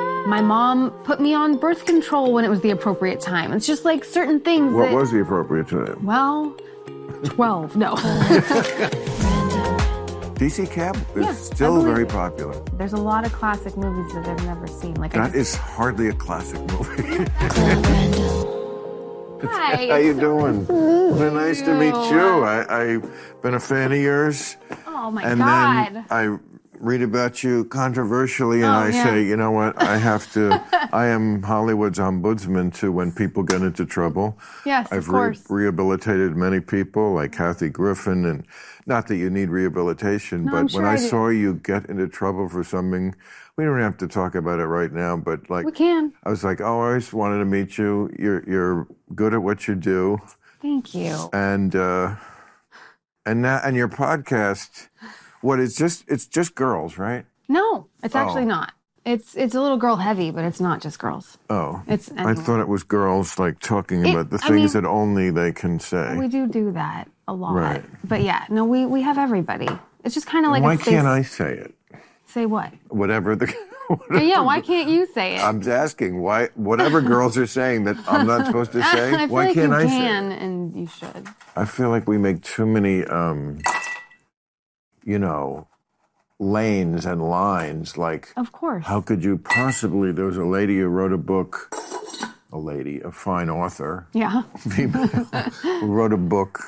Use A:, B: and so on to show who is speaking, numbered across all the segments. A: My mom put me on birth control when it was the appropriate time. It's just like certain things
B: What
A: that,
B: was the appropriate time?
A: well, 12, no.
B: DC Cab is
A: Yeah, I
B: still
A: believe
B: very
A: it.
B: popular.
A: There's a lot of classic movies that I've never seen. Like, I
B: That
A: just,
B: is hardly a classic movie.
A: hi.
B: How you doing? Well, nice to meet
A: you.
B: you. I, I've been a fan of yours.
A: Oh my
B: and
A: God.
B: then I read about you controversially, and
A: Oh,
B: I
A: yeah.
B: say, you know what? I have to. I am Hollywood's ombudsman to when people get into trouble.
A: Yes, of
B: I've
A: course.
B: rehabilitated many people, like Kathy Griffin, and not that you need rehabilitation, but
A: I'm
B: when
A: sure
B: I
A: I do.
B: saw you get into trouble for something, we don't have to talk about it right now, but like
A: we can.
B: I was like, oh, I always wanted to meet you. You're you're good at what you do,
A: Thank you.
B: and uh, and now and your podcast, what it's just it's just girls, right?
A: No,
B: Oh.
A: it's actually not. It's it's a little girl heavy, but it's not just girls.
B: Oh,
A: It's
B: I
A: anyone.
B: thought it was girls like talking about the
A: I
B: things
A: mean-
B: that only they can say.
A: we do do that a lot.
B: Right.
A: But yeah, no, we we have everybody. It's just kind of like
B: Why
A: a space.
B: can't I say it?
A: say what?
B: Whatever the.
A: But yeah, why can't you say it?
B: I'm asking why whatever girls are saying that I'm not supposed to say.
A: I feel
B: why
A: like
B: can't
A: you
B: I say? it?
A: can and you should.
B: I feel like we make too many, um, you know, lanes and lines. Like,
A: Of course.
B: how could you possibly? There was a lady who wrote a book, a lady, a fine author,
A: yeah.
B: female, who wrote a book.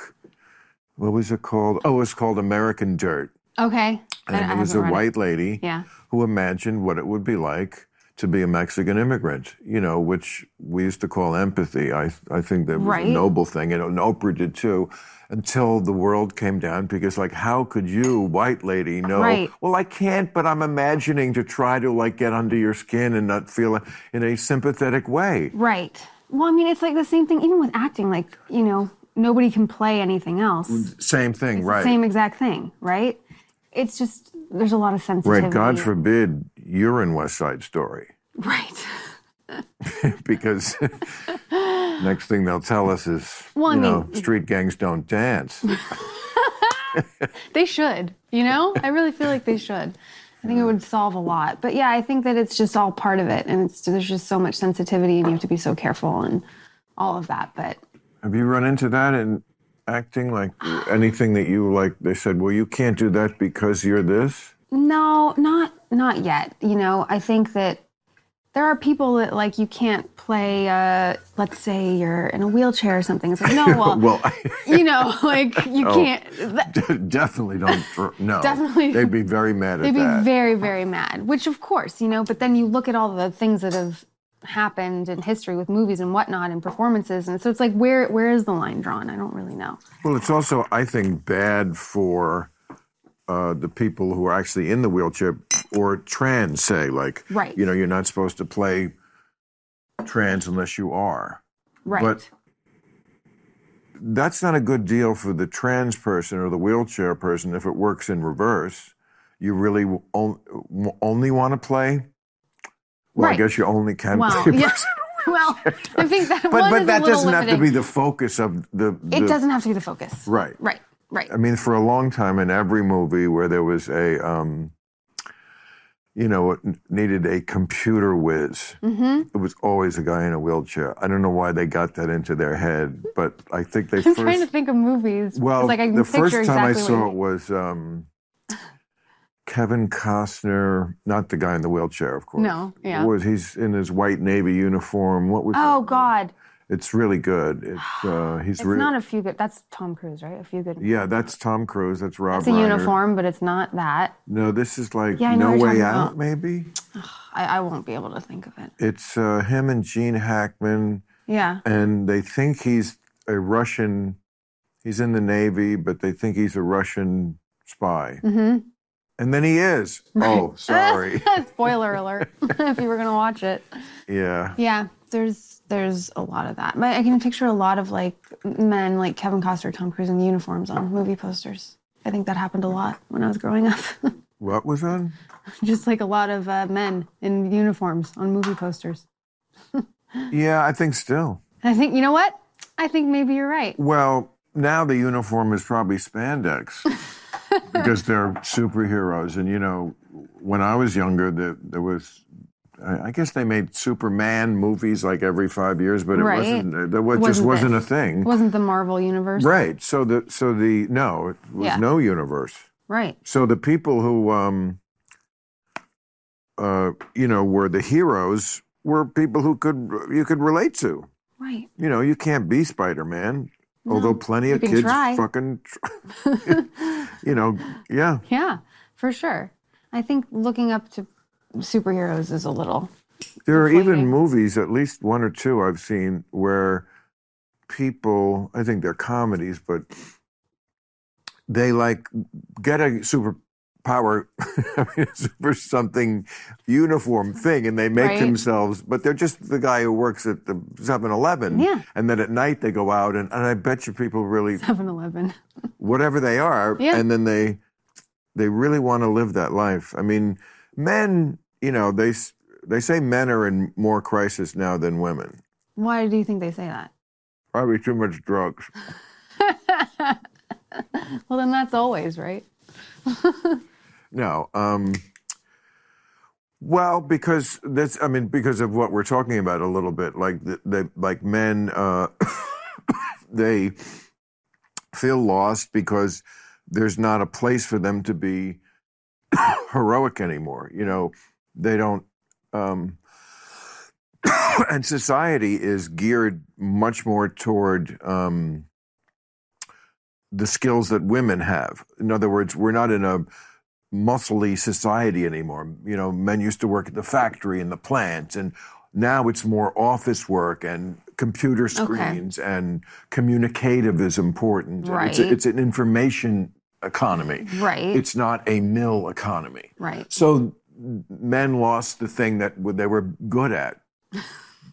B: What was it called? Oh, it was called American Dirt.
A: Okay. I-
B: And
A: I
B: it was a
A: haven't read
B: white lady
A: Yeah.
B: who imagined what it would be like to be a Mexican immigrant, you know, which we used to call empathy. I, I think that was
A: Right.
B: a noble thing, and Oprah did too, until the world came down because, like, how could you, white lady, know?
A: Right.
B: Well, I can't, but I'm imagining to try to, like, get under your skin and not feel it in a sympathetic way.
A: Right. Well, I mean, it's like the same thing, even with acting. Like, you know, nobody can play anything else.
B: Same thing, right.
A: Same exact thing, right? It's just there's a lot of sensitivity.
B: right. God forbid you're in West Side Story.
A: Right.
B: because next thing they'll tell us is,
A: Well, I
B: you know,
A: mean-
B: street gangs don't dance.
A: They should, you know? I really feel like they should. I think it would solve a lot. But yeah, I think that it's just all part of it. And it's, there's just so much sensitivity and you have to be so careful and all of that. But
B: Have you run into that in acting? Like anything that you like, they said, well, you can't do that because you're this?
A: no, not, not yet. You know, I think that there are people that like you can't play, uh, let's say you're in a wheelchair or something. It's like, no, well,
B: Well, Oh,
A: you know, like you can't. that-
B: definitely don't. throw- No.
A: Definitely.
B: They'd be very mad at
A: They'd
B: that.
A: be very, very mad, which of course, you know, but then you look at all the things that have happened in history with movies and whatnot and performances. And so it's like, where where is the line drawn? I don't really know.
B: Well, it's also, I think, bad for uh, the people who are actually in the wheelchair or trans, say, like,
A: Right.
B: you know, you're not supposed to play trans unless you are.
A: Right.
B: But- That's not a good deal for the trans person or the wheelchair person if it works in reverse. You really on, only want to play? Well, I
A: Right.
B: guess you only can
A: well,
B: play.
A: yeah. well, I think that
B: But,
A: one
B: but
A: is
B: that
A: a little
B: doesn't have to be
A: limiting.
B: the focus of the. the
A: It doesn't have to be the focus.
B: Right.
A: Right. Right.
B: I mean, for a long time, in every movie where there was a, um, you know, it needed a computer whiz,
A: Mm-hmm.
B: it was always a guy in a wheelchair. I don't know why they got that into their head, but I think they
A: I'm
B: first.
A: trying to think of movies.
B: well,
A: It's like I can
B: the first
A: picture
B: time I
A: exactly what
B: saw
A: you
B: it was um, Kevin Costner, not the guy in the wheelchair, of course.
A: No, yeah.
B: Was he's in his white navy uniform? What was?
A: Oh God!
B: It's really good. It's uh, he's
A: It's
B: really.
A: not a few good. That's Tom Cruise, right? A few good.
B: yeah, that's Tom Cruise. That's Rob.
A: It's a
B: Reiner.
A: uniform, but it's not that.
B: No, this is like
A: Yeah, I know
B: No
A: what you're
B: Way
A: talking
B: Out,
A: about.
B: maybe?
A: I, I won't be able to think of it.
B: It's uh, him and Gene Hackman,
A: Yeah.
B: and they think he's a Russian, he's in the Navy, but they think he's a Russian spy.
A: Mm-hmm.
B: And then he is. Oh, sorry.
A: Spoiler alert! if you were gonna watch it,
B: yeah.
A: yeah, there's there's a lot of that. But I can picture a lot of like men like Kevin Costner, Tom Cruise in uniforms on movie posters. I think that happened a lot when I was growing up.
B: What was that?
A: Just like a lot of uh, men in uniforms on movie posters.
B: Yeah, I think still.
A: And I think you know what? I think maybe you're right.
B: Well, now the uniform is probably spandex because they're superheroes. And, you know, when I was younger, the, there was I I guess they made Superman movies like every five years, but it
A: Right.
B: wasn't. There was, just
A: Wasn't
B: wasn't
A: this.
B: a thing.
A: It wasn't the Marvel universe.
B: Right. So the so the no, it was
A: Yeah.
B: no universe.
A: Right.
B: So the people who um uh you know were the heroes were people who could you could relate to.
A: Right.
B: You know, you can't be Spider-Man,
A: No,
B: although plenty
A: you
B: of
A: can
B: kids
A: try.
B: fucking tr- you know, yeah.
A: Yeah, for sure. I think looking up to superheroes is a little
B: There are even
A: Deflating.
B: movies, at least one or two I've seen, where people, I think they're comedies, but they like get a superpower, I mean, super something uniform thing, and they make
A: Right.
B: themselves, but they're just the guy who works at the 7 Eleven.
A: Yeah.
B: And then at night they go out, and, and I bet you people really,
A: 7-Eleven.
B: whatever they are,
A: Yeah.
B: and then they they really want to live that life. I mean, men, you know, they s- they say men are in more crisis now than women.
A: Why do you think they say that?
B: Probably too much drugs.
A: Well, then that's always right.
B: No, um, well, because that's I mean, because of what we're talking about a little bit, like the, the like men, uh, they feel lost because there's not a place for them to be heroic anymore. You know, they don't. Um, and society is geared much more toward um, the skills that women have. In other words, we're not in a muscly society anymore. You know, men used to work at the factory and the plant, and now it's more office work and computer screens, and communicative is important. And It's,
A: Right.
B: it's an information economy.
A: Right.
B: It's not a mill economy.
A: right.
B: So men lost the thing that they were good at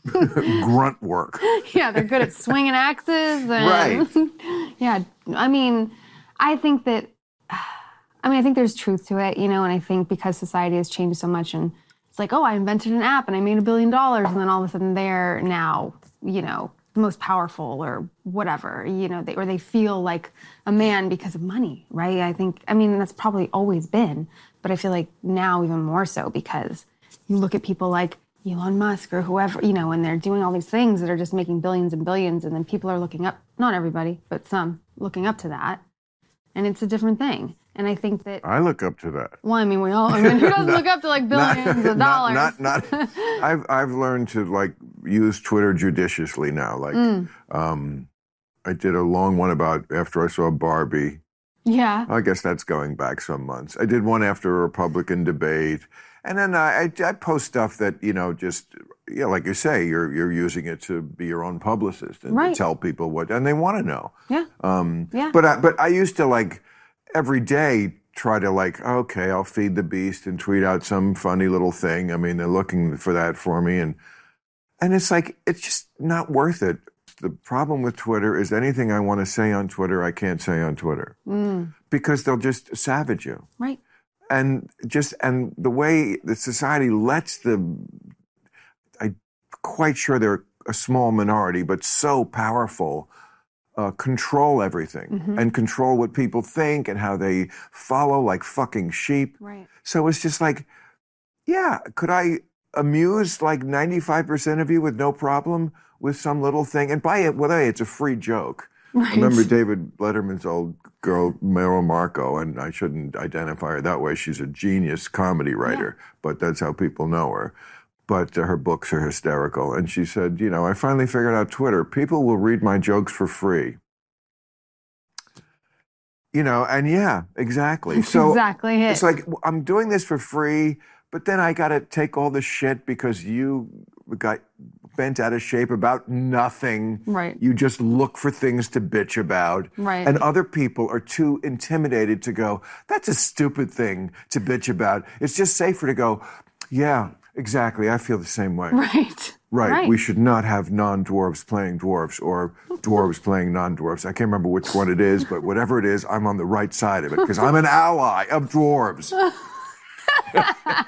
B: grunt work.
A: Yeah, they're good at swinging axes. And, yeah, I mean, I think that, I mean, I think there's truth to it, you know, and I think because society has changed so much and it's like, oh, I invented an app and I made a billion dollars, and then all of a sudden they're now, you know, the most powerful or whatever, you know, they, or they feel like a man because of money, right? I think, I mean, that's probably always been, but I feel like now even more so because you look at people like Elon Musk or whoever, you know, and they're doing all these things that are just making billions and billions, and then people are looking up, not everybody, but some looking up to that. And it's a different thing. And I think that,
B: I look up to that.
A: well, I mean, we all, I mean, who doesn't look up to like billions of dollars?
B: Not, not, not- I've I've learned to like use Twitter judiciously now. Like,
A: Mm.
B: um, I did a long one about after I saw Barbie.
A: yeah.
B: I guess that's going back some months. I did one after a Republican debate, and then I, I, I post stuff that you know just yeah, like you say, you're you're using it to be your own publicist and to
A: Right.
B: tell people what, and they want to know.
A: Yeah.
B: Um,
A: Yeah.
B: But I, but I used to like every day try to like okay, I'll feed the beast and tweet out some funny little thing. I mean, they're looking for that for me, and and it's like it's just not worth it. The problem with Twitter is anything I want to say on Twitter, I can't say on Twitter
A: Mm,
B: because they'll just savage you
A: right.
B: and just and the way the society lets the i'm quite sure they're a small minority but so powerful uh, control everything and control what people think and how they follow like fucking sheep
A: Right.
B: so it's just like yeah could i amuse like 95% of you with no problem with some little thing and by it well hey, it's a free joke I
A: Right.
B: remember David Letterman's old girl, Meryl Marco, and I shouldn't identify her that way. She's a genius comedy writer, but that's how people know her. But uh, her books are hysterical. And she said, You know, I finally figured out Twitter. People will read my jokes for free. You know, and yeah, exactly.
A: That's
B: So
A: exactly it.
B: it's like, w- I'm doing this for free, but then I got to take all the shit because you got bent out of shape about nothing.
A: Right.
B: You just look for things to bitch about.
A: Right.
B: And other people are too intimidated to go, that's a stupid thing to bitch about. It's just safer to go, yeah, exactly. I feel the same way.
A: right.
B: Right. We should not have non dwarves playing dwarves or dwarves playing non dwarves. I can't remember which one it is, but whatever it is, I'm on the right side of it because I'm an ally of dwarves.
A: I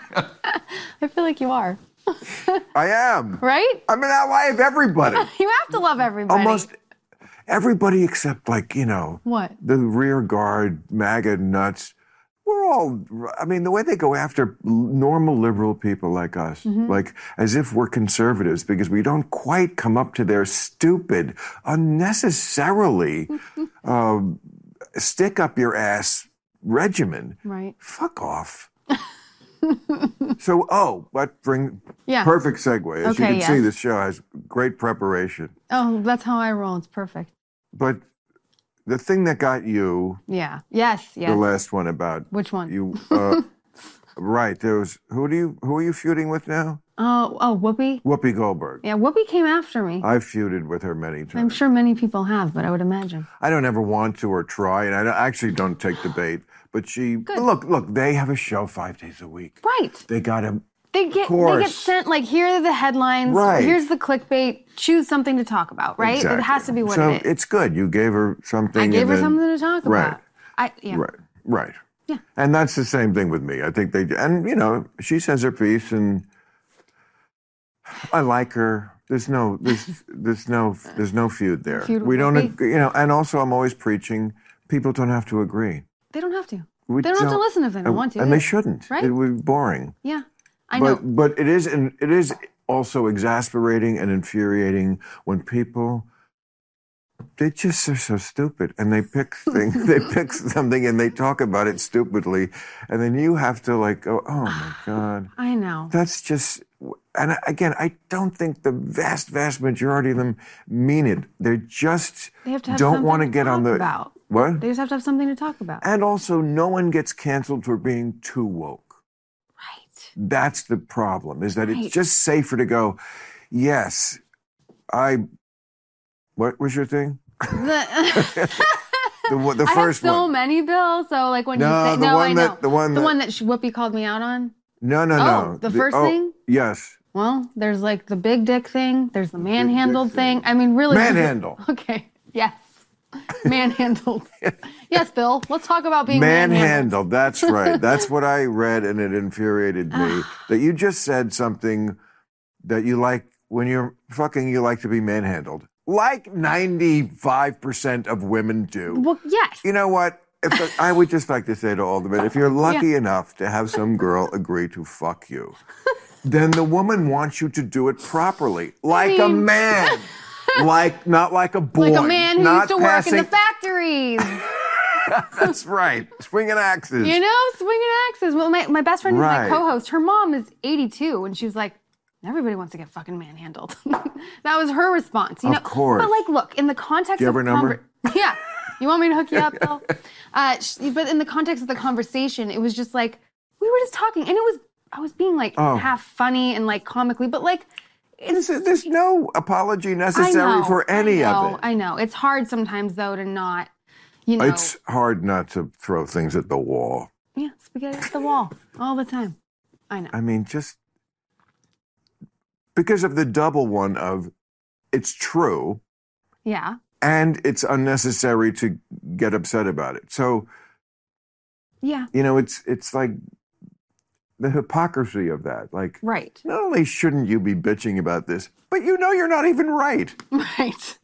A: feel like you are.
B: I am.
A: Right?
B: I'm an ally of everybody.
A: You have to love everybody.
B: Almost everybody except, like, you know,
A: What?
B: the rear guard, MAGA nuts. we're all i mean the way they go after normal liberal people like us
A: Mm-hmm.
B: like as if we're conservatives because we don't quite come up to their stupid unnecessarily uh, stick up your ass regimen
A: Right.
B: fuck off so oh but bring
A: Yeah.
B: perfect segue as
A: Okay,
B: you can see
A: yes.
B: this show has great preparation
A: Oh, that's how I roll. It's perfect.
B: but the thing that got you
A: Yeah. Yes. Yes.
B: the last one about
A: Which one?
B: you uh, right there was who do you who are you feuding with now
A: oh, oh, Whoopi.
B: whoopi goldberg
A: Yeah, Whoopi came after me.
B: i've feuded with her many
A: I'm
B: times
A: sure many people have, but I would imagine.
B: i don't ever want to or try and i don't- I actually don't take debate but she but look look they have a show five days a week
A: Right.
B: they got a
A: They get they get
B: course.
A: sent like here are the headlines.
B: Right.
A: Here's the clickbait. Choose something to talk about. Right. It has to be what
B: so
A: it is.
B: it's good you gave her something
A: I gave
B: and
A: her
B: then-
A: something to talk
B: Right.
A: about. I yeah.
B: Right. Right.
A: Yeah.
B: And that's the same thing with me. I think they and you know, she says her piece and I like her. There's no there's there's no there's no feud there.
A: Feud
B: we
A: with
B: don't
A: me.
B: agree, you know, and also I'm always preaching people don't have to agree.
A: They don't have to.
B: We
A: They don't have to listen if they don't
B: and-
A: want to.
B: And they shouldn't.
A: Right.
B: It would be boring.
A: Yeah. I know.
B: but but it is and it is also exasperating and infuriating when people they just are so stupid and they pick things they pick something and they talk about it stupidly and then you have to like go oh my god
A: I know.
B: that's just and I- again i don't think the vast vast majority of them mean it they just
A: They have to have
B: don't
A: something
B: want to
A: to
B: get on
A: talk
B: the
A: about.
B: what
A: They just have to have something to talk about.
B: and also no one gets canceled for being too woke
A: Right.
B: that's the problem is that
A: Right.
B: it's just safer to go yes i what was your thing
A: The-
B: the, one- the
A: I have
B: first
A: so
B: one
A: many bills. So like when
B: No,
A: you say
B: the
A: no,
B: one
A: I know
B: that- the one that-
A: sh- Whoopi called me out on.
B: no no
A: Oh,
B: no
A: the first thing?
B: yes
A: Well, there's like the big dick thing. There's the manhandled thing. I mean, really.
B: manhandle
A: Okay. Yes. Manhandled. yes, Bill. Let's talk about being manhandled.
B: manhandle that's right that's what i read and it infuriated me
A: Ah.
B: that you just said something that you like when you're fucking you like to be manhandled like 95% of women do
A: Well, yes.
B: You know what? If I would just like to say to all the men, if you're lucky enough to have some girl agree to fuck you, then the woman wants you to do it properly, like a
A: mean-
B: man, like not like a boy,
A: Like a man who used
B: not
A: to work in
B: passing.
A: the factories,
B: That's right, swinging axes.
A: you know, swinging axes. Well, my, my best friend, who's my
B: Right.
A: co-host, her mom is 82, and she's like, everybody wants to get fucking manhandled. that was her response. You know,
B: Of course.
A: But like, look, in the context
B: Do you
A: of
B: have her number?
A: conver- yeah. You want me to hook you up, Bill? Uh, sh- but in the context of the conversation, it was just like we were just talking, and it was I was being like
B: Oh.
A: half funny and like comically, but like
B: This is- there's no apology
A: I
B: necessary
A: know,
B: for any
A: I know,
B: of it.
A: I know it's hard sometimes though to not, you know,
B: It's hard not to throw things at the wall.
A: yeah, spaghetti at the wall all the time. I know.
B: I mean, just because of the double one of it's true.
A: Yeah,
B: and it's unnecessary to get upset about it. So
A: yeah,
B: you know, it's it's like the hypocrisy of that. Like,
A: right,
B: not only shouldn't you be bitching about this, but you know you're not even right.
A: right,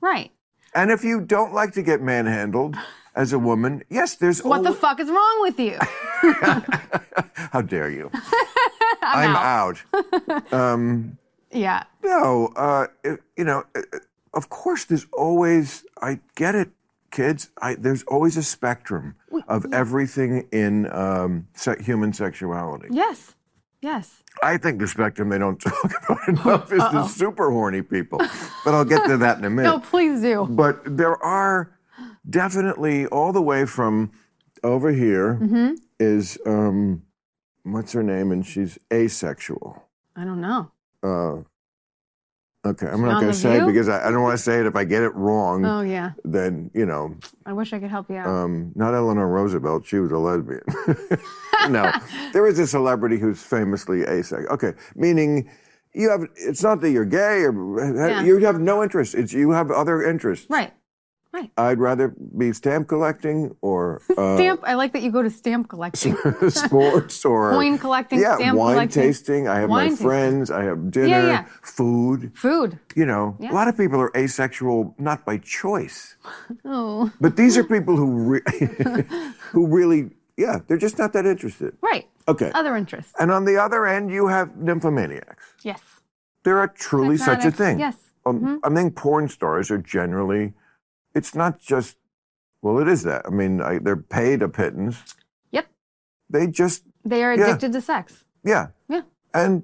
A: right.
B: And if you don't like to get manhandled as a woman, yes, there's
A: What the
B: alwa-
A: fuck is wrong with you?
B: how dare you? I'm, out. um,
A: yeah,
B: no, uh, it- you know, uh, uh, of course, there's always. I get it, kids. I, there's always a spectrum of everything in um, se- human sexuality.
A: yes, yes.
B: I think the spectrum they don't talk about enough is the super horny people, but I'll get to that in a minute.
A: No, please do.
B: But there are definitely all the way from over here is
A: Mm-hmm.
B: um, what's her name, and she's asexual.
A: I don't know.
B: Uh, okay, I'm
A: on
B: not going
A: The
B: to say it
A: View?
B: because I, I don't want to say it. If I get it wrong,
A: Oh yeah,
B: then you know,
A: I wish I could help you out.
B: um, not Eleanor Roosevelt. She was a lesbian. no, there is a celebrity who's famously asexual. Okay, meaning you have. It's not that you're gay or
A: Yeah.
B: you have no interest. It's you have other interests.
A: right.
B: I'd rather be stamp collecting or uh,
A: Stamp. I like that you go to stamp collecting.
B: sports or
A: Coin collecting,
B: Yeah,
A: stamp
B: wine
A: collecting.
B: tasting. I have
A: Wine
B: my
A: tasting.
B: friends. I have dinner,
A: yeah.
B: food.
A: Food.
B: You know,
A: Yeah.
B: a lot of people are asexual not by choice,
A: Oh,
B: but these are people who re- who really Yeah, they're just not that interested.
A: Right.
B: Okay.
A: Other interests.
B: And on the other end, you have nymphomaniacs.
A: Yes.
B: There are truly such a
A: Hypnotics,
B: thing.
A: Yes. Mm-hmm.
B: Um, I think porn stars are generally, it's not just, well, it is that. I mean, I, they're paid a pittance.
A: Yep.
B: They just,
A: They are
B: Yeah.
A: addicted to sex.
B: yeah.
A: Yeah.
B: And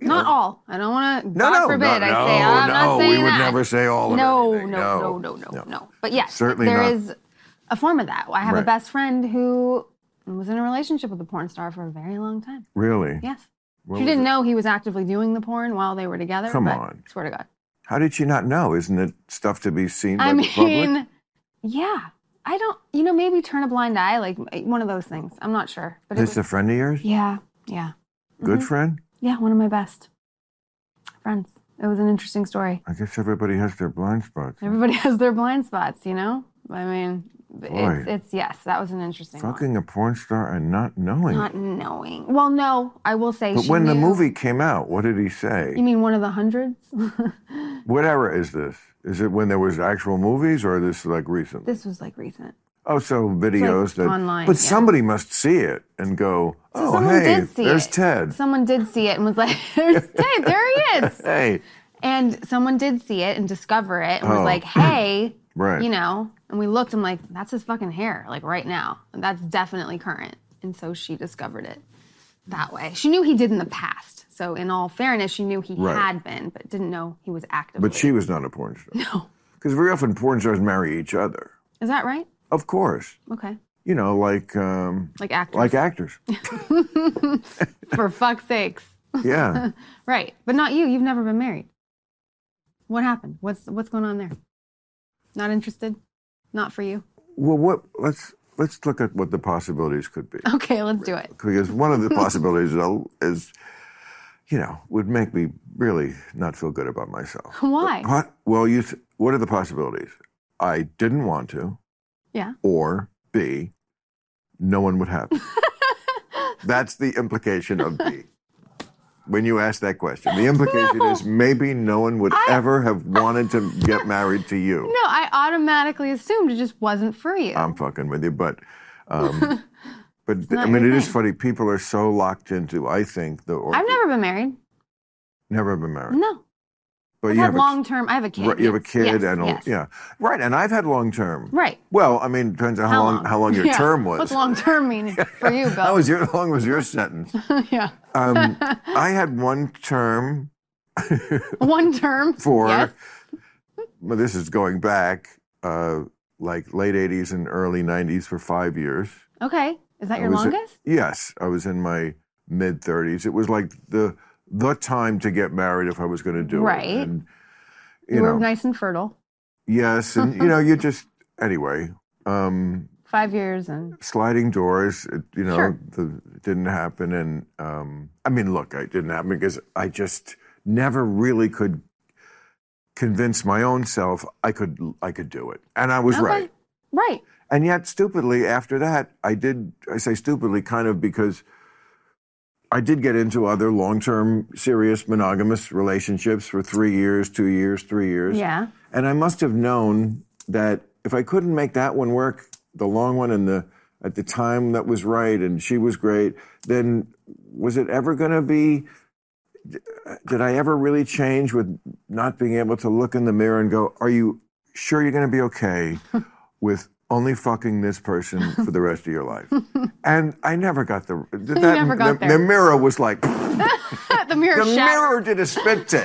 B: you
A: Not
B: know,
A: all. I don't want to.
B: No,
A: God
B: no,
A: forbid.
B: no,
A: I say "Oh,
B: no,
A: I'm
B: no,
A: not saying
B: we would
A: that.
B: never say all of
A: no,
B: everything.
A: no, no,
B: No.
A: no, no,
B: No.
A: no, But yes, there is
B: Certainly not.
A: a form of that. I have
B: Right.
A: a best friend who was in a relationship with a porn star for a very long time.
B: Really?
A: Yes.
B: What
A: she
B: was
A: didn't
B: it?
A: know he was actively doing the porn while they were together.
B: Come
A: but
B: on.
A: Swear to God.
B: How did she not know? Isn't it stuff to be seen by
A: I
B: the public?
A: mean, yeah. I don't, you know, maybe turn a blind eye, like eh, one of those things. I'm not sure. But it
B: Is
A: was, Mm-hmm.
B: this a friend of yours?
A: yeah, yeah,
B: Good friend?
A: yeah, one of my best friends. It was an interesting story.
B: I guess everybody has their blind spots.
A: Everybody has their blind spots, you know? I mean, it's, it's yes, that was an interesting one.
B: Fucking a porn star and not knowing.
A: Not knowing. Well, no, I will say.
B: but
A: she
B: when the
A: knew-
B: movie came out, what did he say?
A: You mean one of the hundreds?
B: Whatever is this? Is it when there was actual movies or this like recent?
A: this was like recent.
B: oh, so videos that
A: online,
B: But
A: yeah.
B: somebody must see it and go,
A: So
B: "Oh,
A: someone
B: hey,
A: did see
B: there's
A: it.
B: Ted."
A: Someone did see it and was like, "There's Ted. There he is."
B: Hey,
A: And someone did see it and discover it and was
B: Oh.
A: like, "Hey,
B: right.
A: you know." And we looked. I'm like, "That's his fucking hair, like right now. And that's definitely current." And so she discovered it that way. She knew he did in the past. So in all fairness, she knew he
B: Right.
A: had been, but didn't know he was active.
B: but she was not a porn star.
A: no,
B: Cuz very often porn stars marry each other.
A: is that right?
B: Of course.
A: Okay,
B: You know, like um
A: like active.
B: like actors.
A: for fuck's sakes,
B: yeah.
A: right? But not you. You've never been married. What happened? What's what's going on there? Not interested. Not for you.
B: Well, what let's let's look at what the possibilities could be.
A: Okay, let's do it.
B: because one of the possibilities is, I'll- is, you know, would make me really not feel good about myself.
A: Why?
B: What? Well, you. Th- what are the possibilities? I didn't want to,
A: Yeah.
B: or B, no one would have. it. That's the implication of B. When you ask that question, the implication is maybe no one would ever have wanted to get married to you.
A: No, I automatically assumed it just wasn't for you.
B: I'm fucking with you, but um, but I
A: not
B: mean, it is
A: your thing.
B: funny. People are so locked into. I think the or,
A: I've never been married.
B: never been married,
A: No.
B: but
A: I've
B: you
A: had
B: have
A: long term. I have a
B: a,
A: kid.
B: right, you have a
A: yes,
B: kid
A: yes,
B: and all,
A: yes.
B: yeah, right. And I've had long term.
A: Right.
B: Well, I mean, depends on how, long, how long your
A: Yeah.
B: term was.
A: What's long term mean for you,
B: How
A: Bill?
B: was your how long was your sentence?
A: yeah.
B: Um, I had one term
A: One term.
B: for.
A: Yes.
B: Well, this is going back, uh, like late '80s and early '90s for five years.
A: Okay. Is that
B: I
A: your
B: was uh, a-
A: longest?
B: Yes, I was in my mid 30s. It was like the the time to get married if I was going to do
A: Right.
B: it. And
A: you
B: you know,
A: were nice and fertile.
B: yes, and you know,
A: Mm-hmm.
B: you just anyway, um
A: Five years and
B: sliding doors, it, you know,
A: Sure.
B: the, it didn't happen and um I mean, look, it didn't happen because I just never really could convince my own self I could I could do it. And I was
A: okay.
B: right.
A: Right.
B: And yet, stupidly, after that, I did, I say stupidly, kind of because I did get into other long term, serious, monogamous relationships for three years, two years, three years.
A: Yeah.
B: And I must have known that if I couldn't make that one work, the long one and the at the time that was right and she was great, then was it ever going to be? Did I ever really change with not being able to look in the mirror and go, "Are you sure you're going to be okay with only fucking this person for the rest of your life?" and I never got the that,
A: never got
B: the,
A: there.
B: the mirror was like
A: the mirror
B: the
A: shat.
B: mirror did a spit take.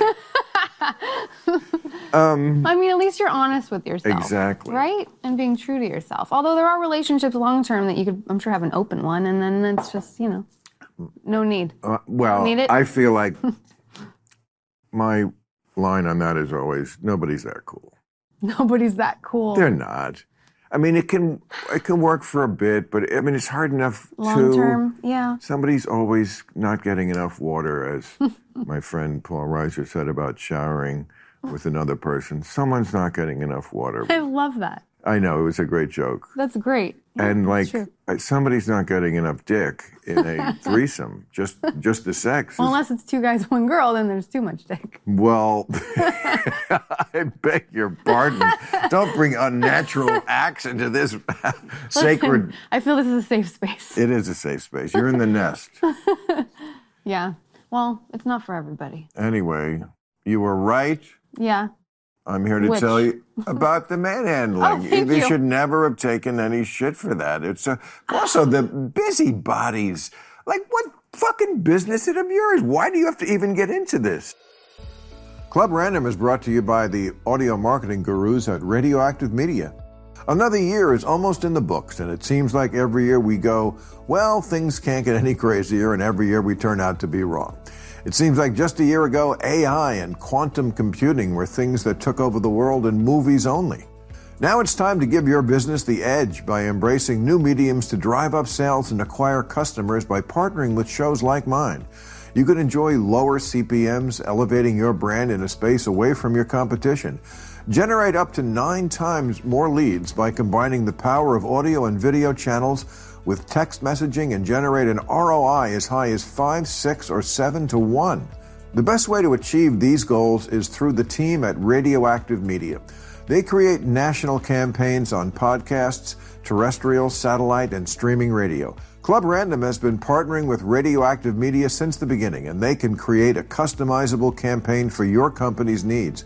A: I mean, at least you're honest with yourself.
B: Exactly.
A: Right? And being true to yourself. Although there are relationships long term that you could, I'm sure, have an open one, and then it's just, you know, no need.
B: Uh, well,
A: Need it?
B: I feel like my line on that is always nobody's that cool.
A: Nobody's that cool.
B: They're not. I mean, it can it can work for a bit, but I mean, it's hard enough
A: Long
B: to.
A: term. Yeah.
B: Somebody's always not getting enough water, as my friend Paul Reiser said about showering with another person. Someone's not getting enough water.
A: I love that.
B: I know it was a great joke.
A: That's great.
B: and like
A: true.
B: uh, somebody's not getting enough dick in a threesome. just just the sex.
A: Well,
B: is-
A: unless it's two guys, one girl, then there's too much dick.
B: well, I beg your pardon. Don't bring unnatural acts into this sacred.
A: I feel this is a safe space.
B: It is a safe space. You're in the nest.
A: yeah. Well, it's not for everybody.
B: Anyway, you were right.
A: Yeah.
B: I'm here to
A: Which?
B: tell you about the
A: Oh,
B: manhandling.
A: thank
B: they
A: you.
B: should never have taken any shit for that. It's a, also the busybodies. Like, what fucking business is it of yours? Why do you have to even get into this? Club Random is brought to you by the audio marketing gurus at Radioactive Media. Another year is almost in the books, and it seems like every year we go, well, things can't get any crazier, and every year we turn out to be wrong. It seems like just a year ago, AI and quantum computing were things that took over the world in movies only. Now it's time to give your business the edge by embracing new mediums to drive up sales and acquire customers by partnering with shows like mine. You can enjoy lower CPMs, elevating your brand in a space away from your competition. Generate up to nine times more leads by combining the power of audio and video channels with text messaging and generate an ROI as high as 5, 6, or 7 to 1. The best way to achieve these goals is through the team at Radioactive Media. They create national campaigns on podcasts, terrestrial, satellite, and streaming radio. Club Random has been partnering with Radioactive Media since the beginning, and they can create a customizable campaign for your company's needs.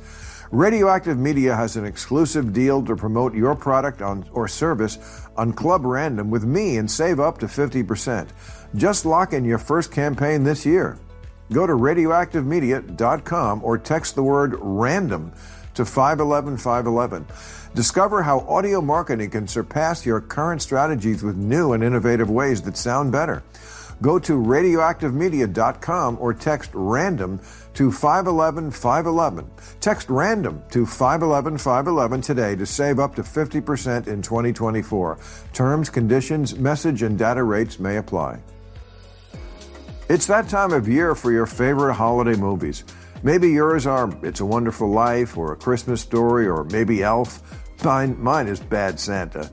B: Radioactive Media has an exclusive deal to promote your product on, or service on Club Random with me and save up to 50%. Just lock in your first campaign this year. Go to radioactivemedia.com or text the word random to 511 511. Discover how audio marketing can surpass your current strategies with new and innovative ways that sound better. Go to radioactivemedia.com or text random to 511 511. Text random to 511 511 today to save up to 50% in 2024. Terms, conditions, message, and data rates may apply. It's that time of year for your favorite holiday movies. Maybe yours are It's a Wonderful Life or A Christmas Story or maybe Elf. Mine, mine is Bad Santa.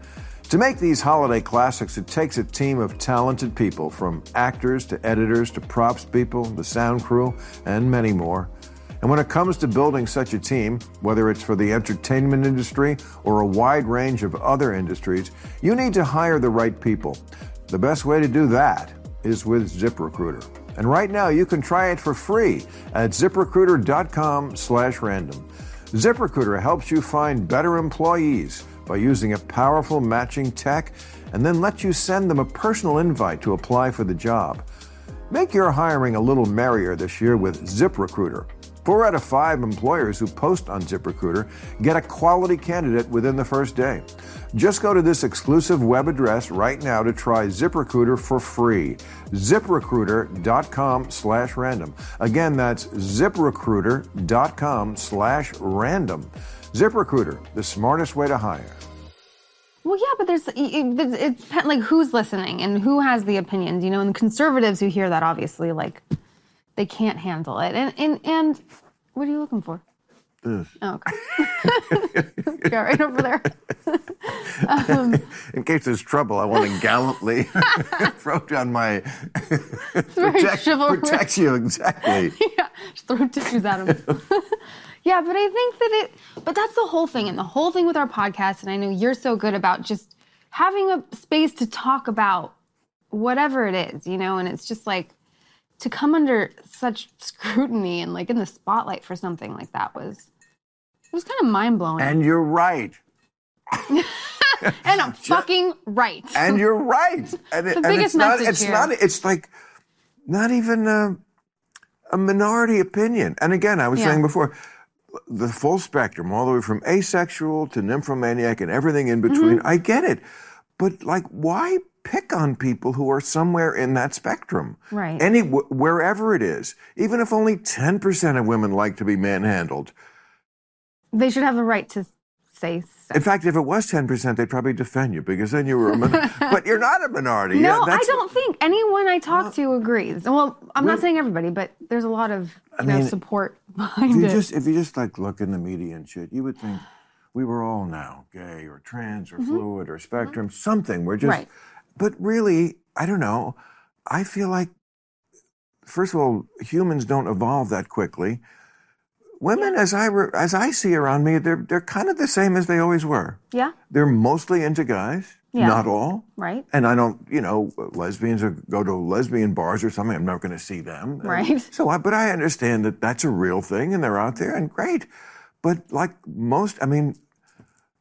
B: To make these holiday classics, it takes a team of talented people from actors to editors to props people, the sound crew, and many more. And when it comes to building such a team, whether it's for the entertainment industry or a wide range of other industries, you need to hire the right people. The best way to do that is with ZipRecruiter. And right now you can try it for free at ziprecruiter.com slash random. ZipRecruiter helps you find better employees by using a powerful matching tech and then lets you send them a personal invite to apply for the job. Make your hiring a little merrier this year with ZipRecruiter. Four out of five employers who post on ZipRecruiter get a quality candidate within the first day. Just go to this exclusive web address right now to try ZipRecruiter for free. ZipRecruiter.com slash random. Again, that's ZipRecruiter.com slash random. ZipRecruiter, the smartest way to hire.
A: Well, yeah, but there's it- it- it's pe- like who's listening and who has the opinions, you know. And conservatives who hear that obviously like they can't handle it. And and and what are you looking for? Oh, okay. yeah, right over there.
B: In case there's trouble, I want to gallantly throw down my
A: It's very chivalrous.
B: you exactly.
A: yeah, just throw tissues at him. yeah, but I think that it, but that's the whole thing, and the whole thing with our podcast. And I know you're so good about just having a space to talk about whatever it is, you know. And it's just like to come under such scrutiny and like in the spotlight for something like that was. It was kind of mind blowing, and,
B: And you're right.
A: I'm fucking right.
B: and you're right. And, it,
A: The
B: and
A: biggest
B: it's not,
A: message
B: it's
A: here.
B: not, it's like not even a, a minority opinion. And again, I was
A: Yeah.
B: saying before, the full spectrum, all the way from asexual to nymphomaniac and everything in
A: Mm-hmm.
B: between. I get it. But like, why pick on people who are somewhere in that spectrum?
A: Right.
B: Any, wh- wherever it is, even if only 10% of women like to be manhandled.
A: they should have the right to say. So.
B: In fact, if it was 10%, they'd probably defend you because then you were a minority. but you're not a minority. Yeah,
A: No, I
B: that's-
A: don't think anyone I talk to agrees. Well, I'm not
B: we're-
A: saying everybody, but there's a lot of you know,
B: mean,
A: support
B: If
A: behind
B: you
A: it.
B: just if you just like look in the media and shit, you would think, we were all now gay or trans or fluid or spectrum, something. We're just,
A: Mm-hmm. Right.
B: but really, I don't know. I feel like, first of all, humans don't evolve that quickly. Women, as I re- as I see around me, they're they're kind of the same as they always were.
A: Yeah.
B: They're mostly into guys,
A: Yeah.
B: not all.
A: Right.
B: And I don't, you know, lesbians are, go to lesbian bars or something. I'm not going to see them. And
A: Right.
B: So, I, but I understand that that's a real thing, and they're out there, and great. But like most, I mean,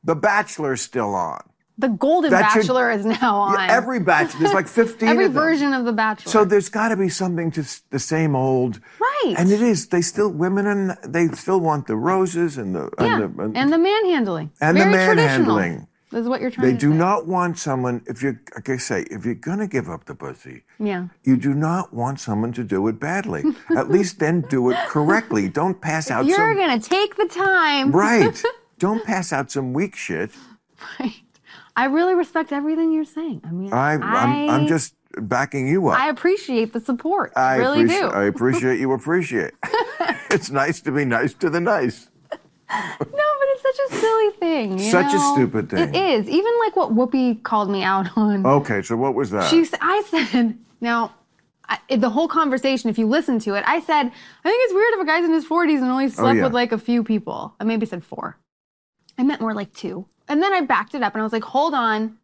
B: The Bachelor's still on.
A: The Golden
B: That should-
A: Bachelor is now on.
B: Every batch, there's like 15.
A: Every
B: of them.
A: version of The Bachelor.
B: So there's got to be something to s- the same old.
A: Right.
B: And it is. They still women and they still want the roses and the
A: yeah.
B: and the, and
A: and the manhandling.
B: and the
A: Very traditional.
B: manhandling.
A: Is what you're trying
B: they
A: to
B: do
A: say.
B: not want someone if you like I say if you're gonna give up the pussy,
A: Yeah.
B: you do not want someone to do it badly. At least then do it correctly. Don't pass out
A: You're
B: some
A: going to take the time.
B: right. Don't pass out some weak shit.
A: Right. I really respect everything you're saying. I mean,
B: I, I'm I'm just backing you up.
A: I appreciate the support.
B: I
A: I really
B: appreciate,
A: do.
B: I appreciate you appreciate. it's nice to be nice to the nice.
A: No, but it's such a silly thing. you
B: Such a
A: know?
B: stupid thing. Oh,
A: It is. Even like what Whoopi called me out on.
B: Okay, so what was that?
A: She, s- I said, now, I, the whole conversation, if you listen to it, I said, I think it's weird if a guy's in his 40s and only slept
B: Oh, yeah.
A: with like a few people. I maybe said four. I meant more like two. And then I backed it up and I was like, hold on.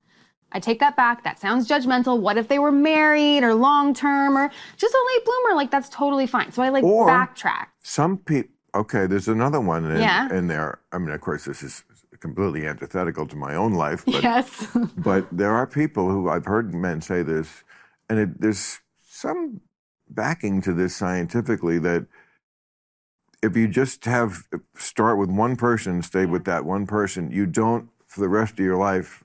A: I take that back. That sounds judgmental. What if they were married or long term or just a late bloomer? Like, that's totally fine. So I like
B: Or-
A: backtracked.
B: Some people. Okay, there's another one in,
A: Yeah.
B: in there. I mean, of course, this is completely antithetical to my own life, but
A: Yes.
B: but there are people who I've heard men say this, and it, there's some backing to this scientifically that if you just have start with one person, stay with that one person, you don't for the rest of your life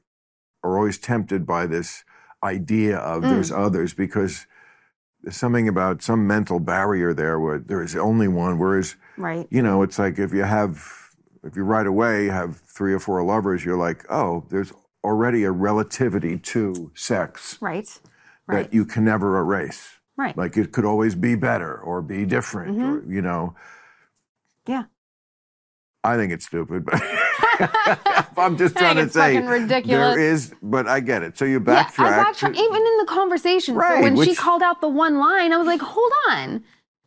B: are always tempted by this idea of there's others because there's something about some mental barrier there where there is only one, whereas
A: right.
B: you know, it's like if you have, if you right away have three or four lovers, you're like, oh, there's already a relativity to sex
A: Right.
B: that you can never erase.
A: Right.
B: Like it could always be better or be different, or, you know.
A: Mm-hmm. Yeah.
B: I think it's stupid, but I'm just
A: I
B: trying
A: think
B: to
A: it's
B: say
A: fucking ridiculous.
B: there is, but I get it. So you
A: Yeah,
B: backtrack.
A: I E backtracked even in the conversation.
B: Right,
A: so when she
B: which-
A: called out the one line, I was like, hold on.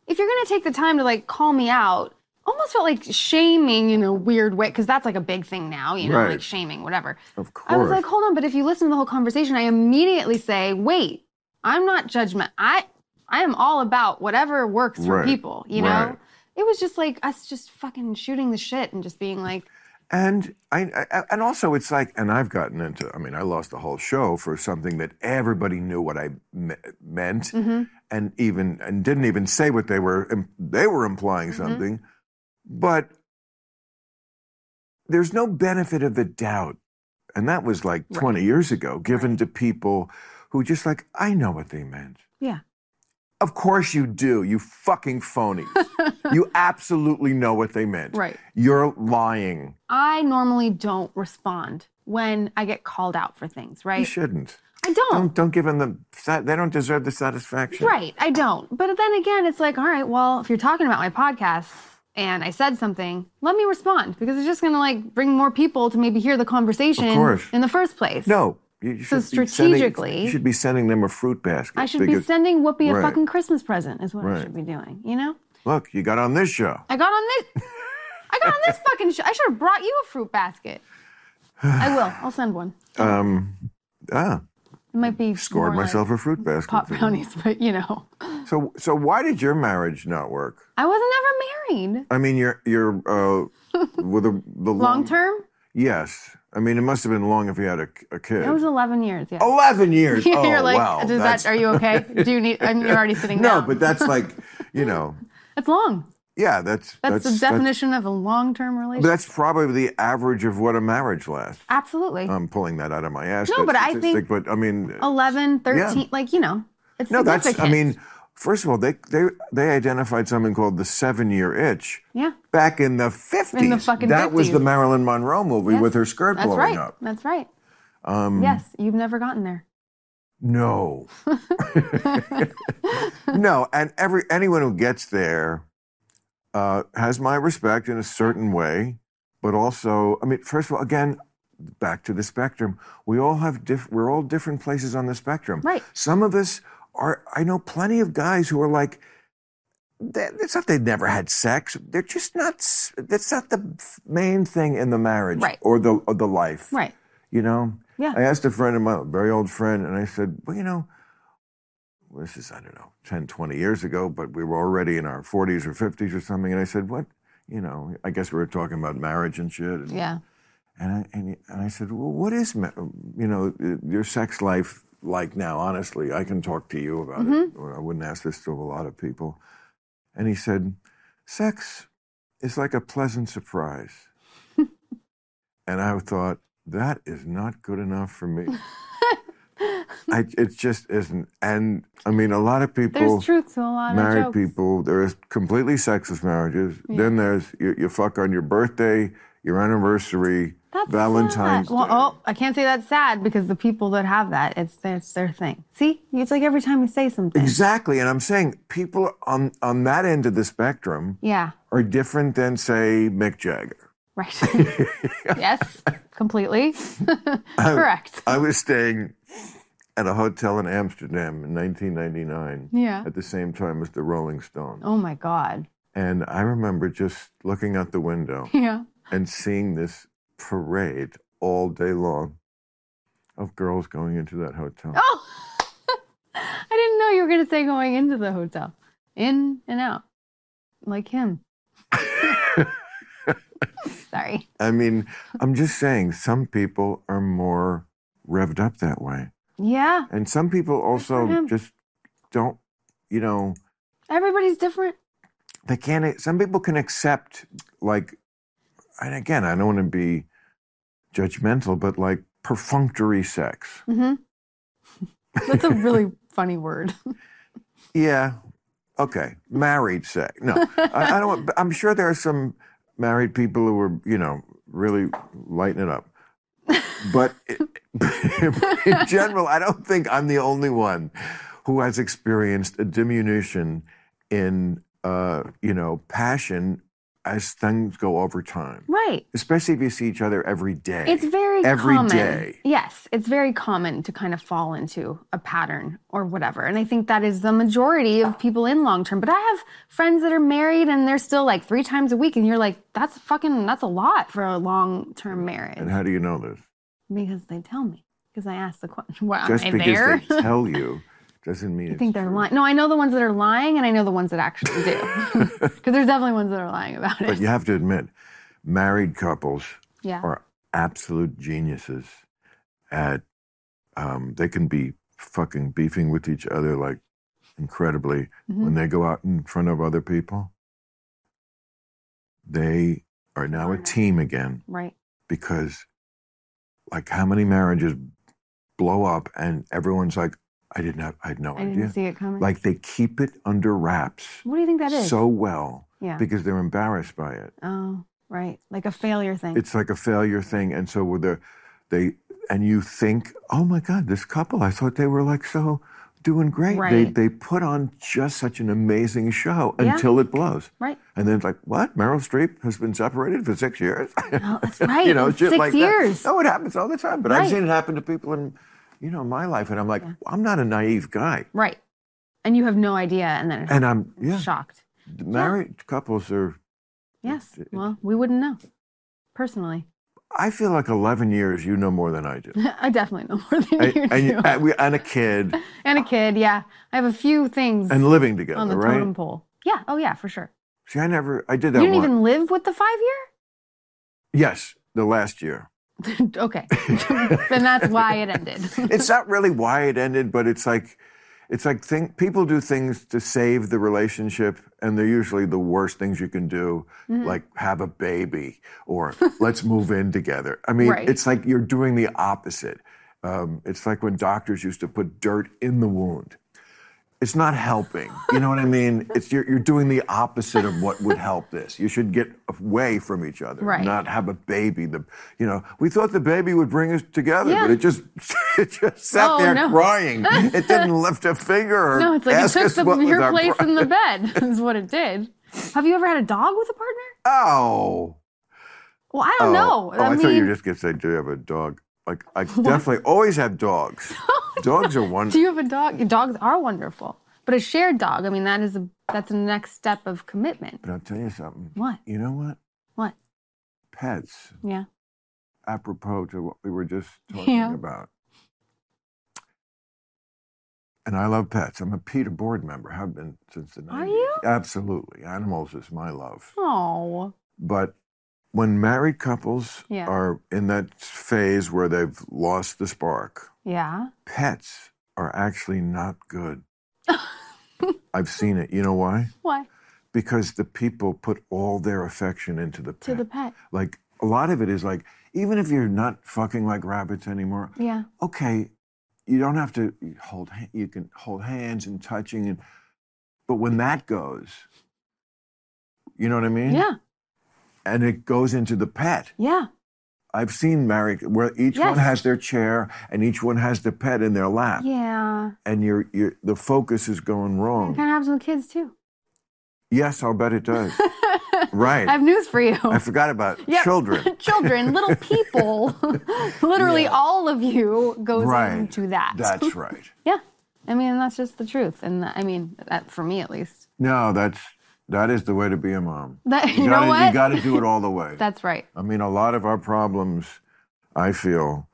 A: If you're gonna take the time to like call me out, almost felt like shaming in a weird way, because that's like a big thing now, you know,
B: Right.
A: like shaming, whatever.
B: of course.
A: I was like, hold on, but if you listen to the whole conversation, I immediately say, wait, I'm not judgment. I I am all about whatever works for
B: Right,
A: people, you know?
B: right.
A: It was just like us just fucking shooting the shit and just being like,
B: And I, I and also it's like, and I've gotten into. I mean, I lost the whole show for something that everybody knew what I me- meant,
A: "Mm-hmm,
B: and even and didn't even say what they were. im- They were implying
A: Mm-hmm.
B: something, but there's no benefit of the doubt, and that was like 20 years ago, given to people who just like I know what they meant.
A: yeah,
B: Of course you do, you fucking phonies. you absolutely know what they meant.
A: Right.
B: You're lying.
A: I normally don't respond when I get called out for things,
B: You
A: right?
B: shouldn't.
A: I don't.
B: Don't don't give them the. sa- They don't deserve the satisfaction.
A: Right, I don't. But then again, it's like, all right, well, if you're talking about my podcast and I said something, let me respond because it's just going to like bring more people to maybe hear the conversation
B: Of course.
A: in the first place.
B: No. You you should be
A: strategically-
B: sending, you should be sending them a fruit basket.
A: I should be
B: because,
A: sending Whoopi
B: Right.
A: a fucking Christmas present is what
B: Right.
A: I should be doing, you know?
B: Look, you got on this show.
A: I got on this I got on this fucking show. I should have brought you a fruit basket. I will. I'll send one.
B: Um, ah,
A: It might be
B: scored
A: more
B: myself a fruit basket.
A: like pot brownies, but you know.
B: So so why did your marriage not work?
A: I wasn't ever married.
B: I mean, you're you're uh, with the, the
A: Long term?
B: Yes. I mean, it must have been long if you had a, a kid.
A: It was 11 years, yeah.
B: Eleven years.
A: Yeah,
B: oh
A: you're like,
B: wow.
A: does
B: that's-
A: that, are you okay? Do you need, I'm, you're already sitting
B: no,
A: down.
B: but that's like, you know,
A: that's long.
B: yeah, that's
A: That's,
B: that's
A: the definition of a long-term
B: But uh,
A: relationship.
B: that's probably the average of what a marriage lasts.
A: Absolutely.
B: I'm pulling that out of my ass.
A: No,
B: that
A: but I
B: statistic, But I mean,
A: 11, 13, like, you know, it's
B: no, that's. I
A: significant.
B: mean, first of all, they they they identified something called the seven year itch.
A: Yeah.
B: Back in the 50s.
A: In the fucking
B: That was
A: 50s.
B: the Marilyn Monroe movie with her skirt
A: That's
B: blowing
A: right.
B: up. Um,
A: That's right. yes, you've never gotten there.
B: No. no, and every anyone who gets there uh, has my respect in a certain way, but also, I mean, first of all, again, back to the spectrum. We all have diff- we're all different places on the spectrum.
A: Right.
B: Some of us are. I know plenty of guys who are like. that- It's not they've never had sex. They're just not. s- That's not the f- main thing in the marriage
A: Right.
B: or the or the life.
A: Right.
B: You know.
A: Yeah.
B: I asked a friend of mine, a very old friend, and I said, well, you know, this is, I don't know, 10, 20 years ago, but we were already in our 40s or 50s or something. And I said, what, you know, I guess we were talking about marriage and shit. And,
A: Yeah.
B: and I, and, and I said, well, what is, ma- you know, your sex life like now? Honestly, I can talk to you about it. Or I wouldn't ask this to a lot of people. And he said, sex is like a pleasant surprise. and I thought, that is not good enough for me. I, it just isn't. And I mean, a lot of
A: There's
B: people
A: truth to a lot
B: married
A: of jokes.
B: people. There's completely sexless marriages. Then there's you, you fuck on your birthday, your anniversary,
A: That's
B: Valentine's
A: sad. Well,
B: Day.
A: oh, I can't say that's sad because the people that have that, it's it's their thing. See, it's like every time we say something.
B: Exactly, and I'm saying people on on that end of the spectrum
A: Yeah.
B: are different than say Mick Jagger.
A: Right. yes. Completely. Correct.
B: I was staying at a hotel in Amsterdam in 1999
A: Yeah.
B: at the same time as the Rolling Stones,
A: Oh my God.
B: and I remember just looking out the window
A: Yeah.
B: and seeing this parade all day long of girls going into that hotel.
A: Oh, I didn't know you were gonna say going into the hotel, in and out, like him. Sorry.
B: I mean, I'm just saying some people are more revved up that way.
A: Yeah.
B: And some people
A: for
B: also
A: him.
B: just don't, you know,
A: Everybody's different.
B: they can't, some people can accept, like, and again, I don't want to be judgmental, but like perfunctory sex.
A: hmm That's a really funny word.
B: Yeah. Okay. Married sex. No, I, I don't. I'm sure there are some married people who are, you know, really lighting it up. But in general, I don't think I'm the only one who has experienced a diminution in, uh, you know, passion as things go over time.
A: Right.
B: Especially if you see each other every day.
A: It's very
B: Every
A: common.
B: day.
A: Yes, it's very common to kind of fall into a pattern or whatever. And I think that is the majority of people in long term. But I have friends that are married and they're still like three times a week and you're like that's fucking that's a lot for a long term
B: and
A: marriage
B: how do you know this?
A: because they tell me because I ask the question, "Well,
B: Just
A: am I
B: because
A: there?"
B: they tell you doesn't mean
A: I think
B: it's
A: they're
B: true.
A: lying. No, I know the ones that are lying and I know the ones that actually do. Cuz there's definitely ones that are lying about it.
B: But you have to admit, married couples
A: Yeah.
B: are absolute geniuses at um, they can be fucking beefing with each other like incredibly
A: Hmm. Mm-hmm.
B: when they go out in front of other people they are now a team again
A: Right.
B: because like how many marriages blow up and everyone's like i didn't have i had no
A: I didn't
B: idea
A: see it coming.
B: like they keep it under wraps
A: what do you think that is?
B: so well
A: yeah.
B: because they're embarrassed by it
A: Oh, right. Like a failure thing.
B: it's like a failure thing and so with the they and you think oh my god this couple i thought they were like so doing great
A: Right.
B: they they put on just such an amazing show
A: Yeah.
B: until it blows
A: right.
B: and then it's like what meryl streep has been separated for six years
A: Oh, that's right.
B: you know
A: It's
B: shit
A: six
B: like
A: years.
B: that oh it happens all the time but i've
A: Right.
B: seen it happen to people in you know my life and i'm like i'm not a naive guy
A: Right. And you have no idea, and then
B: and i'm Uh, yeah
A: shocked.
B: married couples are
A: Yes.
B: It-
A: Well, we wouldn't know. Personally,
B: i feel like 11 years you know more than i do
A: I definitely know more than
B: and,
A: you
B: and,
A: do.
B: and we- and a kid
A: and a kid, yeah. I have a few things
B: and living together
A: on the
B: right
A: totem pole. Yeah. Oh, yeah, for sure.
B: See, I never, I did
A: You
B: that
A: didn't
B: one.
A: even live with the five
B: Yes, the last year.
A: year? okay. then that's why it ended.
B: It's not really why it ended, but it's like, it's like think, people do things to save the relationship, and they're usually the worst things you can do,
A: Mm-hmm.
B: like have a baby or let's move in together. I mean,
A: Right.
B: it's like you're doing the opposite. Um, it's like when doctors used to put dirt in the wound. It's not helping. You know what I mean? It's you're, you're doing the opposite of what would help this. You should get away from each other,
A: Right.
B: not have a baby. The you know we thought the baby would bring us together,
A: Yeah.
B: but it just it just sat
A: Oh,
B: there
A: no.
B: crying. It didn't lift a finger. Or
A: No, it's like
B: ask
A: it
B: us
A: took
B: what
A: the,
B: was
A: your
B: our
A: place
B: pro-
A: in the bed, is what it did. Have you ever had a dog with a partner?
B: Oh,
A: Well, I don't know.
B: Oh, I, thought you just could say, "Do you have a dog?" Like I definitely always have dogs. dogs are
A: do
B: wonderful.
A: you have a dog? Dogs are wonderful, but a shared dog. I mean, that is a that's the next step of commitment.
B: But I'll tell you something.
A: What?
B: You know what?
A: What?
B: Pets,
A: Yeah.
B: apropos to what we were just talking
A: Yeah.
B: about. And I love pets. I'm a PETA board member. Have been since the 90s.
A: Are you?
B: Absolutely. Animals is my love.
A: Oh.
B: But when married couples
A: Yeah.
B: are in that phase where they've lost the spark,
A: Yeah.
B: pets are actually not good. I've seen it. You know why?
A: Why?
B: Because the people put all their affection into the
A: To
B: pet.
A: the pet.
B: like a lot of it is like, even if you're not fucking like rabbits anymore,
A: Yeah.
B: okay, you don't have to hold. ha- You can hold hands and touching, and but when that goes, you know what I mean?
A: Yeah.
B: And it goes into the pet.
A: Yeah.
B: I've seen married where each
A: Yes.
B: one has their chair and each one has the pet in their lap,
A: Yeah.
B: and your your the focus is going
A: You
B: wrong.
A: kind of have some kids too.
B: Yes, I'll bet it does. right.
A: I have news for you.
B: I forgot about
A: Yep.
B: children.
A: Children, little people, literally
B: Yeah.
A: all of you goes
B: Right.
A: into that.
B: That's right.
A: yeah. I mean, that's just the truth. And I mean, that, for me at least.
B: No, that's that is the way to be a mom.
A: That, you,
B: gotta,
A: know what?
B: You got to do it all the way.
A: that's right.
B: I mean, a lot of our problems, I feel,